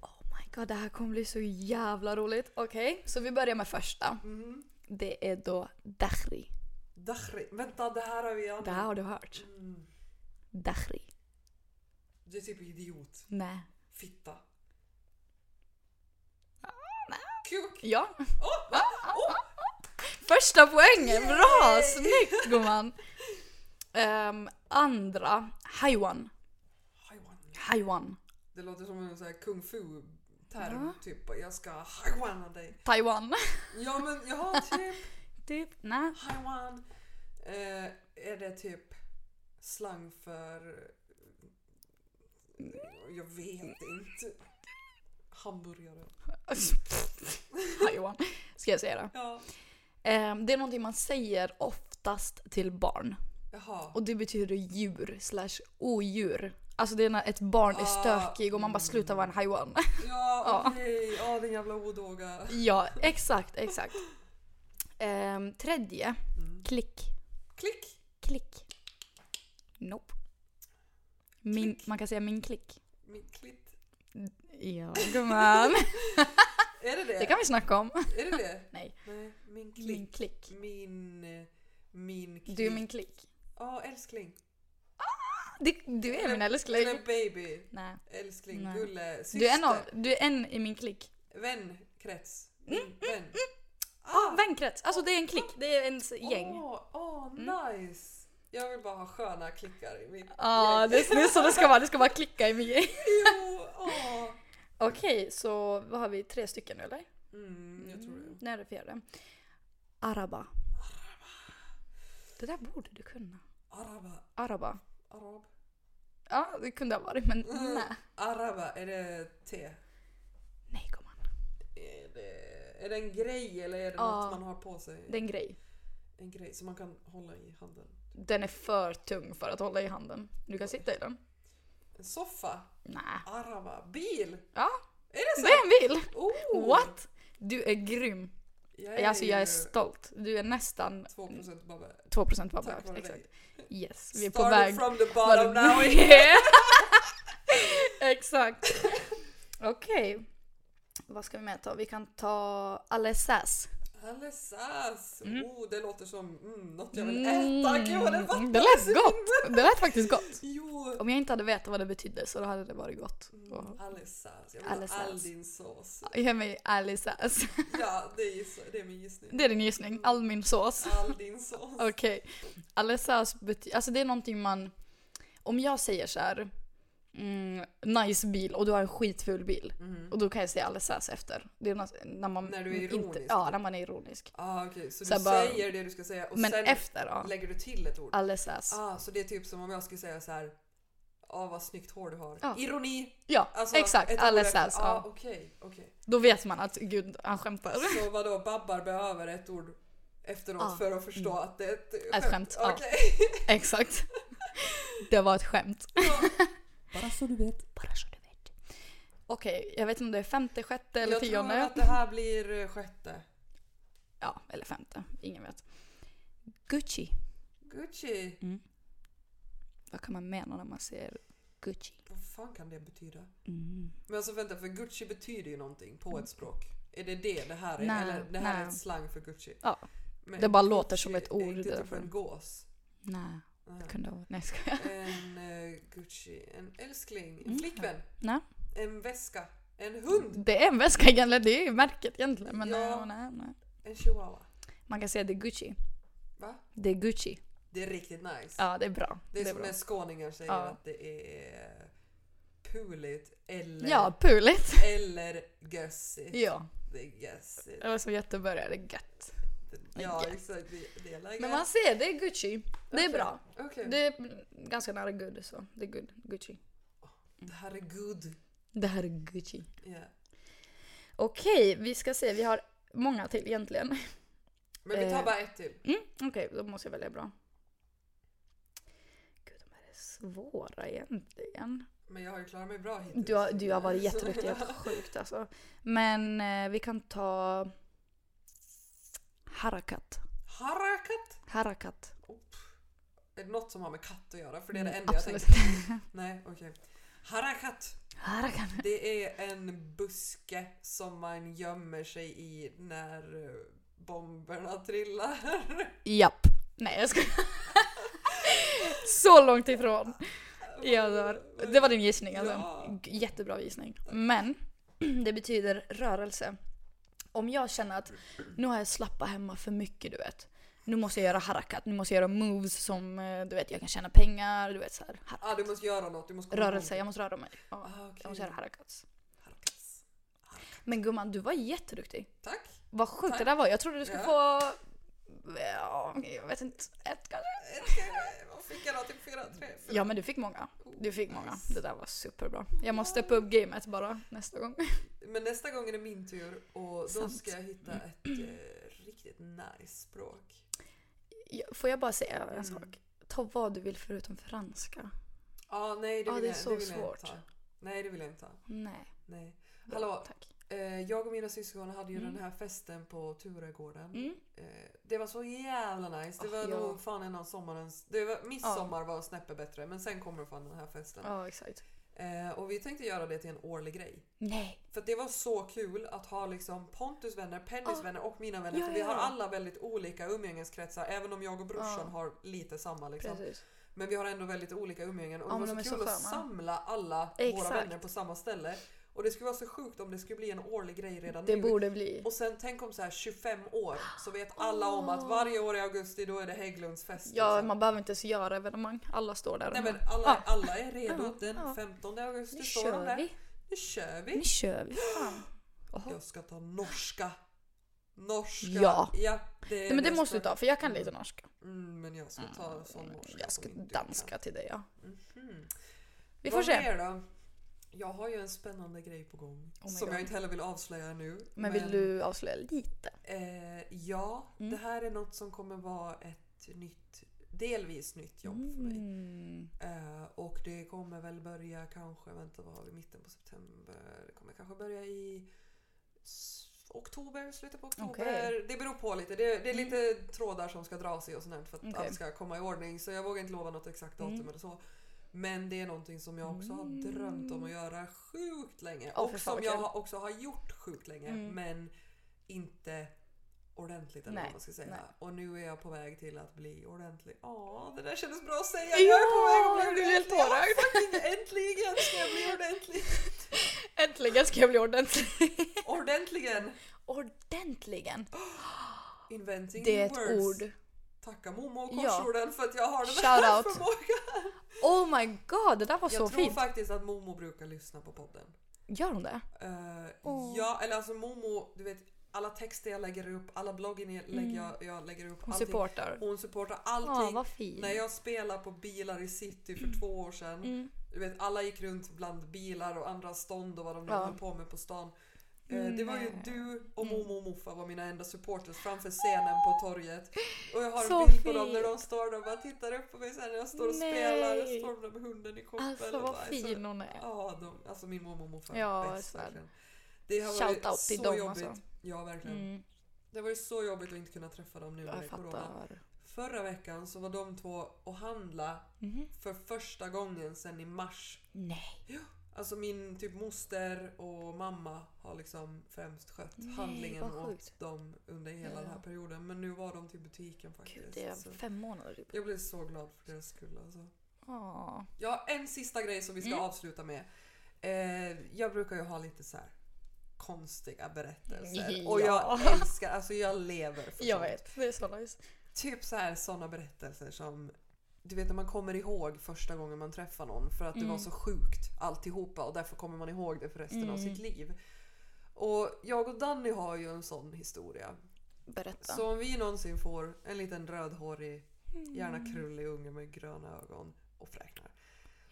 Speaker 2: Oh my god, det här kommer bli så jävla roligt. Okej, så vi börjar med första.
Speaker 1: Mm.
Speaker 2: Det är då dahri.
Speaker 1: Dahri. Vänta, det här har vi
Speaker 2: Det här har du hört.
Speaker 1: Mm.
Speaker 2: Dahri.
Speaker 1: Det är typ idiot.
Speaker 2: Nej.
Speaker 1: Fitta. Kuk.
Speaker 2: Ja.
Speaker 1: Åh, va? Åh,
Speaker 2: Första poängen! Bra!
Speaker 1: Yay!
Speaker 2: Snyggt gumman! Ehm, andra, haiwan.
Speaker 1: Haiwan.
Speaker 2: Haiwan.
Speaker 1: Det låter som en sån här kung fu-term.
Speaker 2: Ja.
Speaker 1: Typ, jag ska haiwana dig.
Speaker 2: Taiwan.
Speaker 1: Ja, men jag har typ
Speaker 2: Typ, nej.
Speaker 1: haiwan. Eh, är det typ slang för... Jag vet inte. Hamburgare.
Speaker 2: Haiwan. Ska jag säga det?
Speaker 1: Ja.
Speaker 2: Ehm, det är någonting man säger oftast till barn.
Speaker 1: Jaha.
Speaker 2: Och det betyder djur slash odjur. Alltså det är när ett barn är
Speaker 1: Ah,
Speaker 2: stökig och man bara
Speaker 1: mm.
Speaker 2: slutar vara en haiwan.
Speaker 1: Ja,
Speaker 2: Ja.
Speaker 1: okej. Ja, din jävla odåga.
Speaker 2: ja, exakt, exakt. Ehm, tredje,
Speaker 1: Mm.
Speaker 2: klick.
Speaker 1: Klick!
Speaker 2: Klick. Nope. Min,
Speaker 1: Klick.
Speaker 2: Man kan säga min klick.
Speaker 1: Min klitt.
Speaker 2: Ja, gumman.
Speaker 1: Är det det?
Speaker 2: Det kan vi snacka om.
Speaker 1: Är det det?
Speaker 2: Nej.
Speaker 1: Nej. Min
Speaker 2: Min
Speaker 1: klick.
Speaker 2: klick.
Speaker 1: Min... eh, Min klick.
Speaker 2: Du är min klick.
Speaker 1: Ja, älskling.
Speaker 2: Du, du är min älskling.
Speaker 1: Eller baby.
Speaker 2: Nej.
Speaker 1: Älskling.
Speaker 2: Nej.
Speaker 1: Gulle. Syster.
Speaker 2: Du är, en av, du är en i min klick.
Speaker 1: Vän. Krets. Vän.
Speaker 2: mm, Ah, vänkrets. Alltså det är en klick. Det är ens gäng.
Speaker 1: Åh, åh,
Speaker 2: Mm.
Speaker 1: nice. Jag vill bara ha sköna klickar i mitt
Speaker 2: Ja,
Speaker 1: gäng.
Speaker 2: det är det är så det ska vara. Det ska bara klicka i min gäng.
Speaker 1: Jo, åh.
Speaker 2: Okej, så vad har vi? Tre stycken eller?
Speaker 1: Mm, jag tror det.
Speaker 2: När är det fjärde? Araba. Det där borde du kunna.
Speaker 1: Araba.
Speaker 2: Araba.
Speaker 1: Arab.
Speaker 2: Ja, det kunde ha varit men
Speaker 1: Mm.
Speaker 2: nej.
Speaker 1: Araba, är det te?
Speaker 2: Nej gumman.
Speaker 1: Är det, är det en grej eller är det
Speaker 2: Ja.
Speaker 1: något man har på sig?
Speaker 2: Det är en grej.
Speaker 1: En grej som man kan hålla i handen.
Speaker 2: Den är för tung för att hålla i handen. Du kan sitta i den.
Speaker 1: En soffa?
Speaker 2: Nej.
Speaker 1: Araba? Bil?
Speaker 2: Ja.
Speaker 1: Är det
Speaker 2: Det
Speaker 1: så?
Speaker 2: är en bil!
Speaker 1: Oh,
Speaker 2: What? Du är grym.
Speaker 1: Jag
Speaker 2: Alltså jag är
Speaker 1: ju
Speaker 2: stolt. Du är nästan
Speaker 1: 2% babbe.
Speaker 2: 2% var
Speaker 1: Tack vare
Speaker 2: behövt. Exakt.
Speaker 1: dig.
Speaker 2: Yes, vi är på
Speaker 1: Started
Speaker 2: väg.
Speaker 1: from the bottom now.
Speaker 2: Yeah. Exakt. Okej. Vad ska vi mer ta? Vi kan ta Alessas.
Speaker 1: Alessas!
Speaker 2: Mm.
Speaker 1: Oh, det låter som mm, något jag vill äta. Gud vad det var!
Speaker 2: det lät gott. Det lät faktiskt gott.
Speaker 1: Jo!
Speaker 2: Om jag inte hade vetat vad det betydde så då hade det varit gott.
Speaker 1: Mm, Alessas. Jag vill ha all
Speaker 2: Alessas.
Speaker 1: din sås.
Speaker 2: Ge mig Alessas.
Speaker 1: Ja, det är, giss- det är min gissning.
Speaker 2: Det är din gissning. All min sås.
Speaker 1: All din sås.
Speaker 2: Okej. Alessas betyder... Alltså det är någonting man... Om jag säger så här... Mm, nice bil och du har en skitful bil.
Speaker 1: Mm.
Speaker 2: Och då kan jag säga alldeles efter. Det är när- när man
Speaker 1: När du är ironisk.
Speaker 2: Inte, ja, när man är ironisk.
Speaker 1: Ah, okej, Så,
Speaker 2: Så
Speaker 1: du
Speaker 2: jag bara-
Speaker 1: säger det du ska säga och
Speaker 2: Men
Speaker 1: sen
Speaker 2: efter, ja.
Speaker 1: lägger du till ett ord?
Speaker 2: Alldeles
Speaker 1: Ah, så det är typ som om jag skulle säga så här. Ja, vad snyggt hår du har.
Speaker 2: Ja.
Speaker 1: Ironi!
Speaker 2: Ja,
Speaker 1: Alltså,
Speaker 2: exakt.
Speaker 1: ett ord
Speaker 2: Alldeles
Speaker 1: efter.
Speaker 2: ja.
Speaker 1: Ah, okej, okej.
Speaker 2: Då vet man att gud, han skämtar.
Speaker 1: Så vadå, babbar behöver ett ord efteråt
Speaker 2: Ja.
Speaker 1: för att förstå att det är ett skämt?
Speaker 2: Ah. Mm. skämt, ja.
Speaker 1: Okej.
Speaker 2: exakt. Det var ett skämt.
Speaker 1: Bara så du vet.
Speaker 2: Bara så du vet. Okej, jag vet inte om det är femte, sjätte eller
Speaker 1: Jag tror
Speaker 2: tionde.
Speaker 1: att det här blir eh, sjätte.
Speaker 2: Ja, eller femte. Ingen vet. Gucci.
Speaker 1: Gucci!
Speaker 2: Vad kan man mena när man säger Gucci?
Speaker 1: Vad fan kan det betyda?
Speaker 2: Mm.
Speaker 1: Men alltså vänta, för Gucci betyder ju någonting på ett språk. Är det det det här är?
Speaker 2: Nej,
Speaker 1: Eller det här är
Speaker 2: nej.
Speaker 1: ett slang för Gucci?
Speaker 2: Ja.
Speaker 1: Men
Speaker 2: Det bara
Speaker 1: Gucci
Speaker 2: låter som ett ord
Speaker 1: är inte typ
Speaker 2: därför.
Speaker 1: en gås.
Speaker 2: Nej,
Speaker 1: Nej.
Speaker 2: det kunde ha varit... Nej, jag skojar.
Speaker 1: En eh, Gucci, en älskling, en
Speaker 2: Mm.
Speaker 1: flickvän,
Speaker 2: Nej.
Speaker 1: en väska, en hund,
Speaker 2: Det är en väska egentligen, det är ju märket egentligen. Men
Speaker 1: Ja.
Speaker 2: ja. nej, nej.
Speaker 1: en chihuahua.
Speaker 2: Man kan säga det är Gucci.
Speaker 1: Va?
Speaker 2: Det är Gucci.
Speaker 1: Det är riktigt nice.
Speaker 2: Ja, det är bra.
Speaker 1: det är som
Speaker 2: bra.
Speaker 1: när skåningar säger
Speaker 2: Ja.
Speaker 1: att det är puligt eller,
Speaker 2: Ja, puligt.
Speaker 1: eller gössigt.
Speaker 2: Ja,
Speaker 1: Det är gössigt.
Speaker 2: eller som Göteborg är det gött.
Speaker 1: Ja,
Speaker 2: Yes.
Speaker 1: exakt. Det, det är läge.
Speaker 2: Men man ser, det är Gucci. Det är
Speaker 1: Okej. Mm.
Speaker 2: bra.
Speaker 1: Okej.
Speaker 2: Det är ganska nära good, så det är good. Gucci.
Speaker 1: Det här är good.
Speaker 2: Det här är Gucci.
Speaker 1: Ja.
Speaker 2: Okej, vi ska se. Vi har många till egentligen.
Speaker 1: Men vi tar
Speaker 2: Eh.
Speaker 1: bara ett till.
Speaker 2: Mm, Okej, då måste jag välja bra. Gud, de här är svåra egentligen.
Speaker 1: Men jag har ju klarat mig bra hittills.
Speaker 2: Du har, du har varit
Speaker 1: Så-
Speaker 2: jätteduktig, helt sjukt alltså. Men eh, vi kan ta... Harakat.
Speaker 1: Harakat!
Speaker 2: Harakat.
Speaker 1: Är det något som har med katt att göra? För det är det
Speaker 2: Mm,
Speaker 1: enda jag
Speaker 2: Absolut.
Speaker 1: tänker. Nej, okej. Harakat!
Speaker 2: Harakat.
Speaker 1: Det är en buske som man gömmer sig i när eh, bomberna trillar.
Speaker 2: Japp. Nej jag ska. Så långt ifrån. Jag dör. Det var din gissning alltså.
Speaker 1: Ja.
Speaker 2: G- Jättebra gissning. Men det betyder rörelse. Om jag känner att nu har jag slappa hemma för mycket du vet. Nu måste jag göra harakat, nu måste jag göra moves som eh, du vet jag kan tjäna pengar, du vet så här. har-
Speaker 1: Ah, du måste göra något. Du måste komma
Speaker 2: Rörelse,
Speaker 1: ihåg.
Speaker 2: jag måste röra mig. Ja,
Speaker 1: Ah, Oh. okej.
Speaker 2: jag måste göra harakats.
Speaker 1: Harakats.
Speaker 2: Men gumman du var jätteduktig.
Speaker 1: Tack.
Speaker 2: Vad sjukt det där var, jag trodde du skulle få... Ja, jag vet inte, ett kanske?
Speaker 1: Vad fick jag då? Typ fyra, tre, fyra.
Speaker 2: Ja men du fick många. Du fick många. Det där var superbra. Jag måste steppa upp gamet bara nästa gång.
Speaker 1: Men nästa gång är det min tur och då
Speaker 2: Sant.
Speaker 1: ska jag hitta ett eh, riktigt nice språk.
Speaker 2: Ja, Får jag bara säga en
Speaker 1: Mm.
Speaker 2: sak? Ta vad du vill förutom franska.
Speaker 1: Ja, Ah, nej det vill
Speaker 2: Ja, Ah, det är
Speaker 1: jag,
Speaker 2: så
Speaker 1: det vill jag
Speaker 2: svårt.
Speaker 1: inte ta. Nej, det vill jag inte ta.
Speaker 2: Nej.
Speaker 1: Nej.
Speaker 2: Bra,
Speaker 1: Hallå.
Speaker 2: Tack.
Speaker 1: Eh, jag och mina syskon hade ju
Speaker 2: Mm.
Speaker 1: den här festen på Turegården.
Speaker 2: Mm.
Speaker 1: Eh, det var så jävla nice. Det
Speaker 2: Ah,
Speaker 1: var
Speaker 2: ja.
Speaker 1: nog fan en av sommarens... Det var, midsommar var snäppet bättre men sen kommer fan den här festen.
Speaker 2: Ja, exakt.
Speaker 1: Eh, och vi tänkte göra det till en årlig grej.
Speaker 2: Nej.
Speaker 1: För att det var så kul att ha liksom Pontus vänner, Pennys
Speaker 2: Ah.
Speaker 1: vänner och mina vänner.
Speaker 2: Ja,
Speaker 1: för vi
Speaker 2: ja,
Speaker 1: har
Speaker 2: ja.
Speaker 1: alla väldigt olika umgängeskretsar. Även om jag och brorsan
Speaker 2: Ah.
Speaker 1: har lite samma liksom.
Speaker 2: Precis.
Speaker 1: Men vi har ändå väldigt olika umgängen och
Speaker 2: Ja,
Speaker 1: det
Speaker 2: men
Speaker 1: var
Speaker 2: de
Speaker 1: så
Speaker 2: är
Speaker 1: kul
Speaker 2: så
Speaker 1: att
Speaker 2: sköna.
Speaker 1: samla alla
Speaker 2: Exakt.
Speaker 1: våra vänner på samma ställe. Och det skulle vara så sjukt om det skulle bli en årlig grej redan
Speaker 2: Det
Speaker 1: nu.
Speaker 2: borde bli.
Speaker 1: Och sen tänk om så här 25 år så vet alla om att
Speaker 2: Ah.
Speaker 1: varje år i augusti då är det Hägglunds fest.
Speaker 2: Ja,
Speaker 1: liksom.
Speaker 2: man behöver inte ens göra evenemang. Alla står där. och
Speaker 1: Nej men
Speaker 2: bara,
Speaker 1: alla,
Speaker 2: Ah.
Speaker 1: alla är redo.
Speaker 2: Ah,
Speaker 1: Den
Speaker 2: ah.
Speaker 1: 15 augusti
Speaker 2: Nu
Speaker 1: står de
Speaker 2: kör
Speaker 1: där.
Speaker 2: vi.
Speaker 1: Nu kör vi!
Speaker 2: Nu kör vi. Fan. Jaha.
Speaker 1: Jag ska ta norska. Norska.
Speaker 2: Ja.
Speaker 1: det,
Speaker 2: Nej, men det måste
Speaker 1: ska-
Speaker 2: du ta för jag kan lite norska. Mm.
Speaker 1: Mm, men jag ska ta sån norska.
Speaker 2: Jag ska
Speaker 1: som inte
Speaker 2: danska till dig ja.
Speaker 1: kan. Mhm.
Speaker 2: Vi får
Speaker 1: Vad
Speaker 2: se.
Speaker 1: mer då? Jag har ju en spännande grej på gång.
Speaker 2: Oh my
Speaker 1: som
Speaker 2: God.
Speaker 1: jag inte heller vill avslöja nu.
Speaker 2: Men vill du avslöja lite?
Speaker 1: Eh, ja,
Speaker 2: Mm.
Speaker 1: det här är något som kommer vara ett nytt, delvis nytt jobb för mig.
Speaker 2: Mm.
Speaker 1: Eh, och det kommer väl börja kanske, vänta vad har vi, mitten på september. Det kommer kanske börja i s- oktober, slutet på oktober.
Speaker 2: Okej. Mm.
Speaker 1: Det beror på lite. Det, det är lite trådar som ska dras i och sånt här för att
Speaker 2: Okej.
Speaker 1: allt ska komma i ordning. Så jag vågar inte lova något exakt datum
Speaker 2: Mm.
Speaker 1: eller så. Men det är någonting som jag också
Speaker 2: Mm.
Speaker 1: har drömt om att göra sjukt länge.
Speaker 2: Åh, för
Speaker 1: och
Speaker 2: fan,
Speaker 1: som
Speaker 2: vad
Speaker 1: jag
Speaker 2: kul.
Speaker 1: har- också har gjort sjukt länge.
Speaker 2: Mm.
Speaker 1: Men inte ordentligt eller
Speaker 2: Nej,
Speaker 1: vad man ska säga.
Speaker 2: nej.
Speaker 1: Och nu är jag på väg till att bli ordentlig. Ja, det där kändes bra att säga.
Speaker 2: Ja,
Speaker 1: jag är på väg att
Speaker 2: du
Speaker 1: bli
Speaker 2: blir helt
Speaker 1: ordentlig. Ja, fucking äntligen ska jag bli ordentlig.
Speaker 2: Äntligen ska jag bli ordentlig.
Speaker 1: Ordentligen!
Speaker 2: Ordentligen.
Speaker 1: Inventing
Speaker 2: Det är
Speaker 1: new
Speaker 2: ett
Speaker 1: words.
Speaker 2: ord.
Speaker 1: Tacka Momo och
Speaker 2: Ja.
Speaker 1: korsorden för att jag har den här
Speaker 2: Shout out.
Speaker 1: förmågan.
Speaker 2: Oh my god, det där var
Speaker 1: Jag
Speaker 2: så
Speaker 1: tror
Speaker 2: fint.
Speaker 1: faktiskt att Momo brukar lyssna på podden.
Speaker 2: Gör hon det?
Speaker 1: Eh,
Speaker 2: Åh.
Speaker 1: Ja, eller alltså Momo, du vet alla texter jag lägger upp, alla bloggen jag lägger, jag, jag lägger upp.
Speaker 2: Mm. Hon
Speaker 1: allting.
Speaker 2: supportar.
Speaker 1: Hon supportar
Speaker 2: Ja,
Speaker 1: allting.
Speaker 2: vad fint.
Speaker 1: När jag spelade på bilar i city för två år sedan.
Speaker 2: Mm.
Speaker 1: Du vet, alla gick runt bland bilar och andra stånd och vad de nu
Speaker 2: Ja.
Speaker 1: höll på med på stan. Eh, Det var ju
Speaker 2: Nej.
Speaker 1: du och
Speaker 2: Mm.
Speaker 1: mormor och morfar var mina enda supporters framför scenen på torget. Och jag har en
Speaker 2: Så
Speaker 1: bild på dem
Speaker 2: fint.
Speaker 1: när de står där och bara tittar upp på mig sen när jag står och
Speaker 2: Nej.
Speaker 1: spelar. Och står de där med hunden i koppel.
Speaker 2: Alltså
Speaker 1: och
Speaker 2: vad
Speaker 1: bara,
Speaker 2: fin hon är.
Speaker 1: Ja, de, alltså min mormor och morfar är
Speaker 2: Ja,
Speaker 1: bäst
Speaker 2: så är det.
Speaker 1: verkligen. Det har
Speaker 2: Shout
Speaker 1: varit
Speaker 2: out
Speaker 1: så
Speaker 2: till dem,
Speaker 1: jobbigt.
Speaker 2: alltså.
Speaker 1: Ja, verkligen.
Speaker 2: Mm.
Speaker 1: Det var ju så jobbigt att inte kunna träffa dem nu när det
Speaker 2: Jag
Speaker 1: är corona.
Speaker 2: fattar.
Speaker 1: Förra veckan så var de två och handla
Speaker 2: Mhm.
Speaker 1: för första gången sedan i mars
Speaker 2: Nej.
Speaker 1: Alltså min typ moster och mamma har liksom främst skött
Speaker 2: Nej,
Speaker 1: handlingen
Speaker 2: vad
Speaker 1: åt
Speaker 2: sjukt.
Speaker 1: dem under hela den här
Speaker 2: Ja.
Speaker 1: perioden. Men nu var de till butiken faktiskt.
Speaker 2: Gud, det är
Speaker 1: så.
Speaker 2: fem månader typ. Ah,
Speaker 1: Jag blev så glad för deras skull alltså.
Speaker 2: Åh.
Speaker 1: Jag har en sista grej som vi ska
Speaker 2: Mm.
Speaker 1: avsluta med. Eh, jag brukar ju ha lite så här konstiga berättelser. Och
Speaker 2: Ja.
Speaker 1: jag älskar, alltså jag lever för
Speaker 2: Jag
Speaker 1: sånt.
Speaker 2: vet, det är så nice.
Speaker 1: Typ så här sådana berättelser som du vet när man kommer ihåg första gången man träffar någon för att det
Speaker 2: Mm.
Speaker 1: var så sjukt alltihopa och därför kommer man ihåg det för resten av
Speaker 2: Mm.
Speaker 1: sitt liv. Och jag och Danny har ju en sån historia.
Speaker 2: Berätta.
Speaker 1: Så om vi någonsin får en liten rödhårig, gärna
Speaker 2: Mm.
Speaker 1: krullig unge med gröna ögon och fräknar.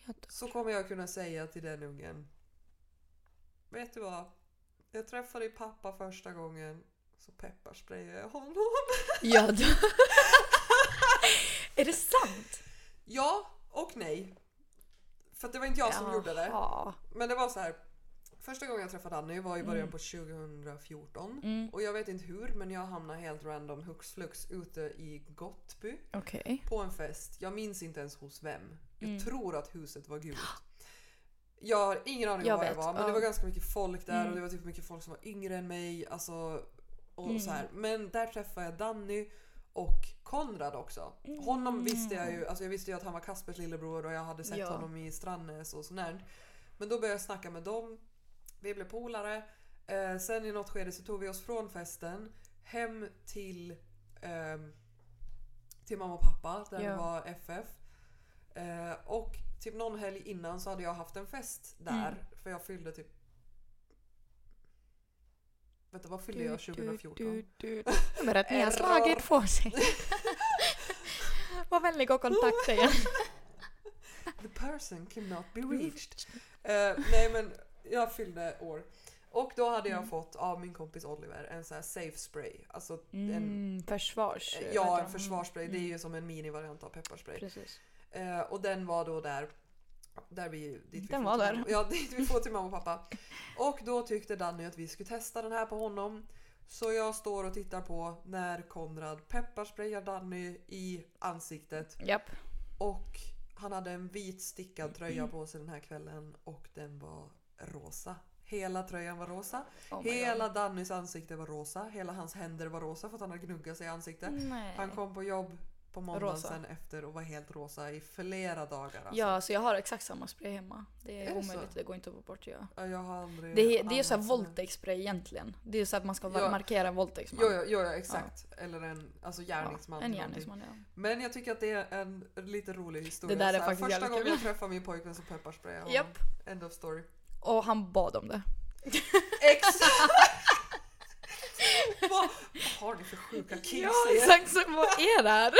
Speaker 2: Jag dör.
Speaker 1: Så kommer jag kunna säga till den ungen. Vet du vad? Jag träffade din pappa första gången så pepparsprayade jag honom.
Speaker 2: Jag dör. Är det sant?
Speaker 1: Ja och nej. För att det var inte jag som gjorde det.
Speaker 2: Jaha.
Speaker 1: Men det var så här. Första gången jag träffade Annie var i början
Speaker 2: Mm.
Speaker 1: på 2014.
Speaker 2: Mm.
Speaker 1: Och jag vet inte hur men jag hamnade helt random hux flux ute i Gottby
Speaker 2: Okej.
Speaker 1: på en fest. Jag minns inte ens hos vem. Jag
Speaker 2: Mm.
Speaker 1: tror att huset var gult. Jag har ingen aning
Speaker 2: Jag
Speaker 1: om vad det
Speaker 2: vet,
Speaker 1: var men
Speaker 2: ja.
Speaker 1: det var ganska mycket folk där
Speaker 2: Mm.
Speaker 1: och det var typ mycket folk som var yngre än mig. Alltså, och
Speaker 2: Mm.
Speaker 1: så här. Men där träffade jag Danny och Konrad också. Honom
Speaker 2: Mm.
Speaker 1: visste jag ju, alltså jag visste ju att han var Kaspers lillebror och jag hade sett
Speaker 2: Ja.
Speaker 1: honom i Strandnäs och sånt där. Men då började jag snacka med dem. Vi blev polare. Eh, sen i något skede så tog vi oss från festen hem till, ehm, till mamma och pappa där
Speaker 2: Ja.
Speaker 1: det var FF. Eh, och typ någon helg innan så hade jag haft en fest där
Speaker 2: Mm.
Speaker 1: för jag fyllde typ... Vänta vad fyllde jag 2014?
Speaker 2: Du, du, du. Ja, Men att ni har
Speaker 1: Error.
Speaker 2: slagit på sig. Var vänlig och kontakta er.
Speaker 1: The person cannot be reached. Eh, nej men jag fyllde år. Och då hade
Speaker 2: Mm.
Speaker 1: jag fått av min kompis Oliver en sån här safe spray. Alltså en,
Speaker 2: Mm, försvars... vad heter
Speaker 1: Eh, ja,
Speaker 2: de?
Speaker 1: en försvarsspray. Det är ju
Speaker 2: Mm,
Speaker 1: som en minivariant av pepparspray.
Speaker 2: Precis.
Speaker 1: Eh, och den var då där. där vi, dit vi
Speaker 2: Den
Speaker 1: får
Speaker 2: var
Speaker 1: till
Speaker 2: där.
Speaker 1: mamma- Ja, dit vi får till mamma och pappa. Och då tyckte Danny att vi skulle testa den här på honom. Så jag står och tittar på när Konrad pepparsprayar Danny i ansiktet.
Speaker 2: Japp.
Speaker 1: Och han hade en vit stickad tröja på sig den här kvällen och den var rosa. Hela tröjan var rosa.
Speaker 2: Oh my
Speaker 1: Hela Dannys ansikte var rosa. Hela hans händer var rosa för att han hade gnuggat sig i ansiktet.
Speaker 2: God. Nej.
Speaker 1: Han kom på jobb på måndagen
Speaker 2: Eh, Rosa.
Speaker 1: sen efter och var helt rosa i flera dagar. Alltså.
Speaker 2: Ja, så jag har exakt samma spray hemma. Det är,
Speaker 1: Är det så?
Speaker 2: omöjligt, det går inte att få bort. Ja.
Speaker 1: Ja, Jag har aldrig
Speaker 2: Det, är- det är ju
Speaker 1: använt sån
Speaker 2: såhär
Speaker 1: här.
Speaker 2: våldtäktsspray egentligen. Det är ju så att man ska
Speaker 1: Ja.
Speaker 2: markera en våldtäktsman.
Speaker 1: Jo, jo, jo, ja, exakt. Eller en alltså gärningsman.
Speaker 2: en
Speaker 1: eller någonting.
Speaker 2: gärningsman ja.
Speaker 1: Men jag tycker att det är en lite rolig historia.
Speaker 2: Det där är
Speaker 1: Så här,
Speaker 2: faktiskt
Speaker 1: Första
Speaker 2: jävligt
Speaker 1: gången
Speaker 2: kul.
Speaker 1: jag träffar min pojkvän så pepparsprayar jag honom.
Speaker 2: Japp.
Speaker 1: End of story.
Speaker 2: Och han bad om det.
Speaker 1: Exakt! vad, vad har ni för sjuka kids?
Speaker 2: Ja
Speaker 1: i er?
Speaker 2: exakt, så vad är det här?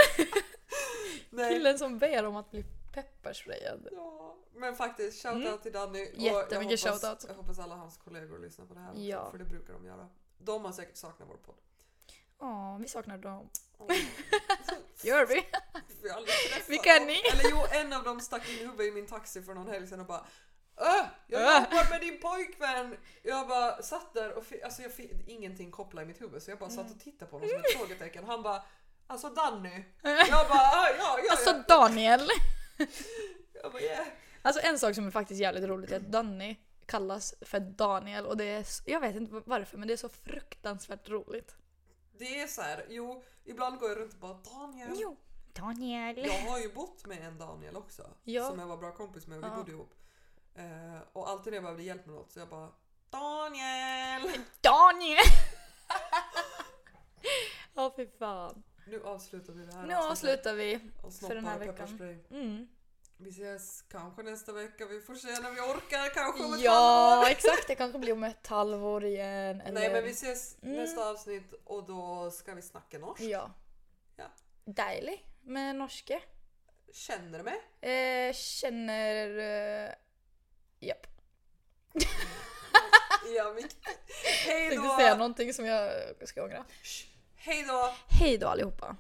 Speaker 1: Nej.
Speaker 2: Killen som ber om att bli pepparsprayad.
Speaker 1: Ja, men faktiskt, shoutout till Danny. Och jag
Speaker 2: Mm. Jättemycket
Speaker 1: hoppas,
Speaker 2: shoutout.
Speaker 1: Jag hoppas alla hans kollegor lyssnar på det här också,
Speaker 2: Ja.
Speaker 1: för det brukar de göra. De har säkert saknat vår podd.
Speaker 2: Ja, vi saknar dem.
Speaker 1: Åh,
Speaker 2: Gör vi?
Speaker 1: vi har aldrig träffat
Speaker 2: Vilka är
Speaker 1: dem.
Speaker 2: ni?
Speaker 1: Eller jo, en av dem stack in huvudet i min taxi för någon helg sedan och bara Öh, jag
Speaker 2: Öh."
Speaker 1: jobbar med din pojkvän! Jag bara satt där och fi- alltså jag fick ingenting koppla i mitt huvud så jag bara
Speaker 2: Mm.
Speaker 1: satt och tittade på honom som ett frågetecken. Han bara Alltså Danny? Jag bara "Ah, ja, ja,
Speaker 2: Alltså
Speaker 1: ja.
Speaker 2: Daniel!
Speaker 1: Jag bara yeah.
Speaker 2: Alltså en sak som är faktiskt jävligt roligt är att Danny kallas för Daniel och det är, s- jag vet inte varför men det är så fruktansvärt roligt.
Speaker 1: Det är så här, jo, ibland går jag runt och bara Daniel.
Speaker 2: Jo, Daniel.
Speaker 1: Jag har ju bott med en Daniel också.
Speaker 2: Ja.
Speaker 1: Som jag var bra kompis med och vi
Speaker 2: Ja.
Speaker 1: bodde ihop. Eh, och alltid när jag behövde hjälp med något så jag bara Daniel!
Speaker 2: Daniel! Ja fy fan.
Speaker 1: Nu avslutar vi det här
Speaker 2: Nu
Speaker 1: avsnittet
Speaker 2: avslutar vi.
Speaker 1: och snoppar
Speaker 2: den här
Speaker 1: och
Speaker 2: veckan.
Speaker 1: pepparspray.
Speaker 2: Mm.
Speaker 1: Vi ses kanske nästa vecka, vi får se när vi orkar. Kanske om ett
Speaker 2: Ja
Speaker 1: halvår.
Speaker 2: exakt, det kanske blir om ett halvår igen. Eller...
Speaker 1: Nej men vi ses
Speaker 2: Mm.
Speaker 1: nästa avsnitt och då ska vi snacka norsk.
Speaker 2: Ja.
Speaker 1: Ja.
Speaker 2: Dejlig med norske.
Speaker 1: Känner du mig?
Speaker 2: Eh, känner... Eh, japp.
Speaker 1: Ja, mycket. Hej
Speaker 2: Tänkte
Speaker 1: då!
Speaker 2: säga någonting som jag ska ångra.
Speaker 1: Shh. Hej då!
Speaker 2: Hej då allihopa.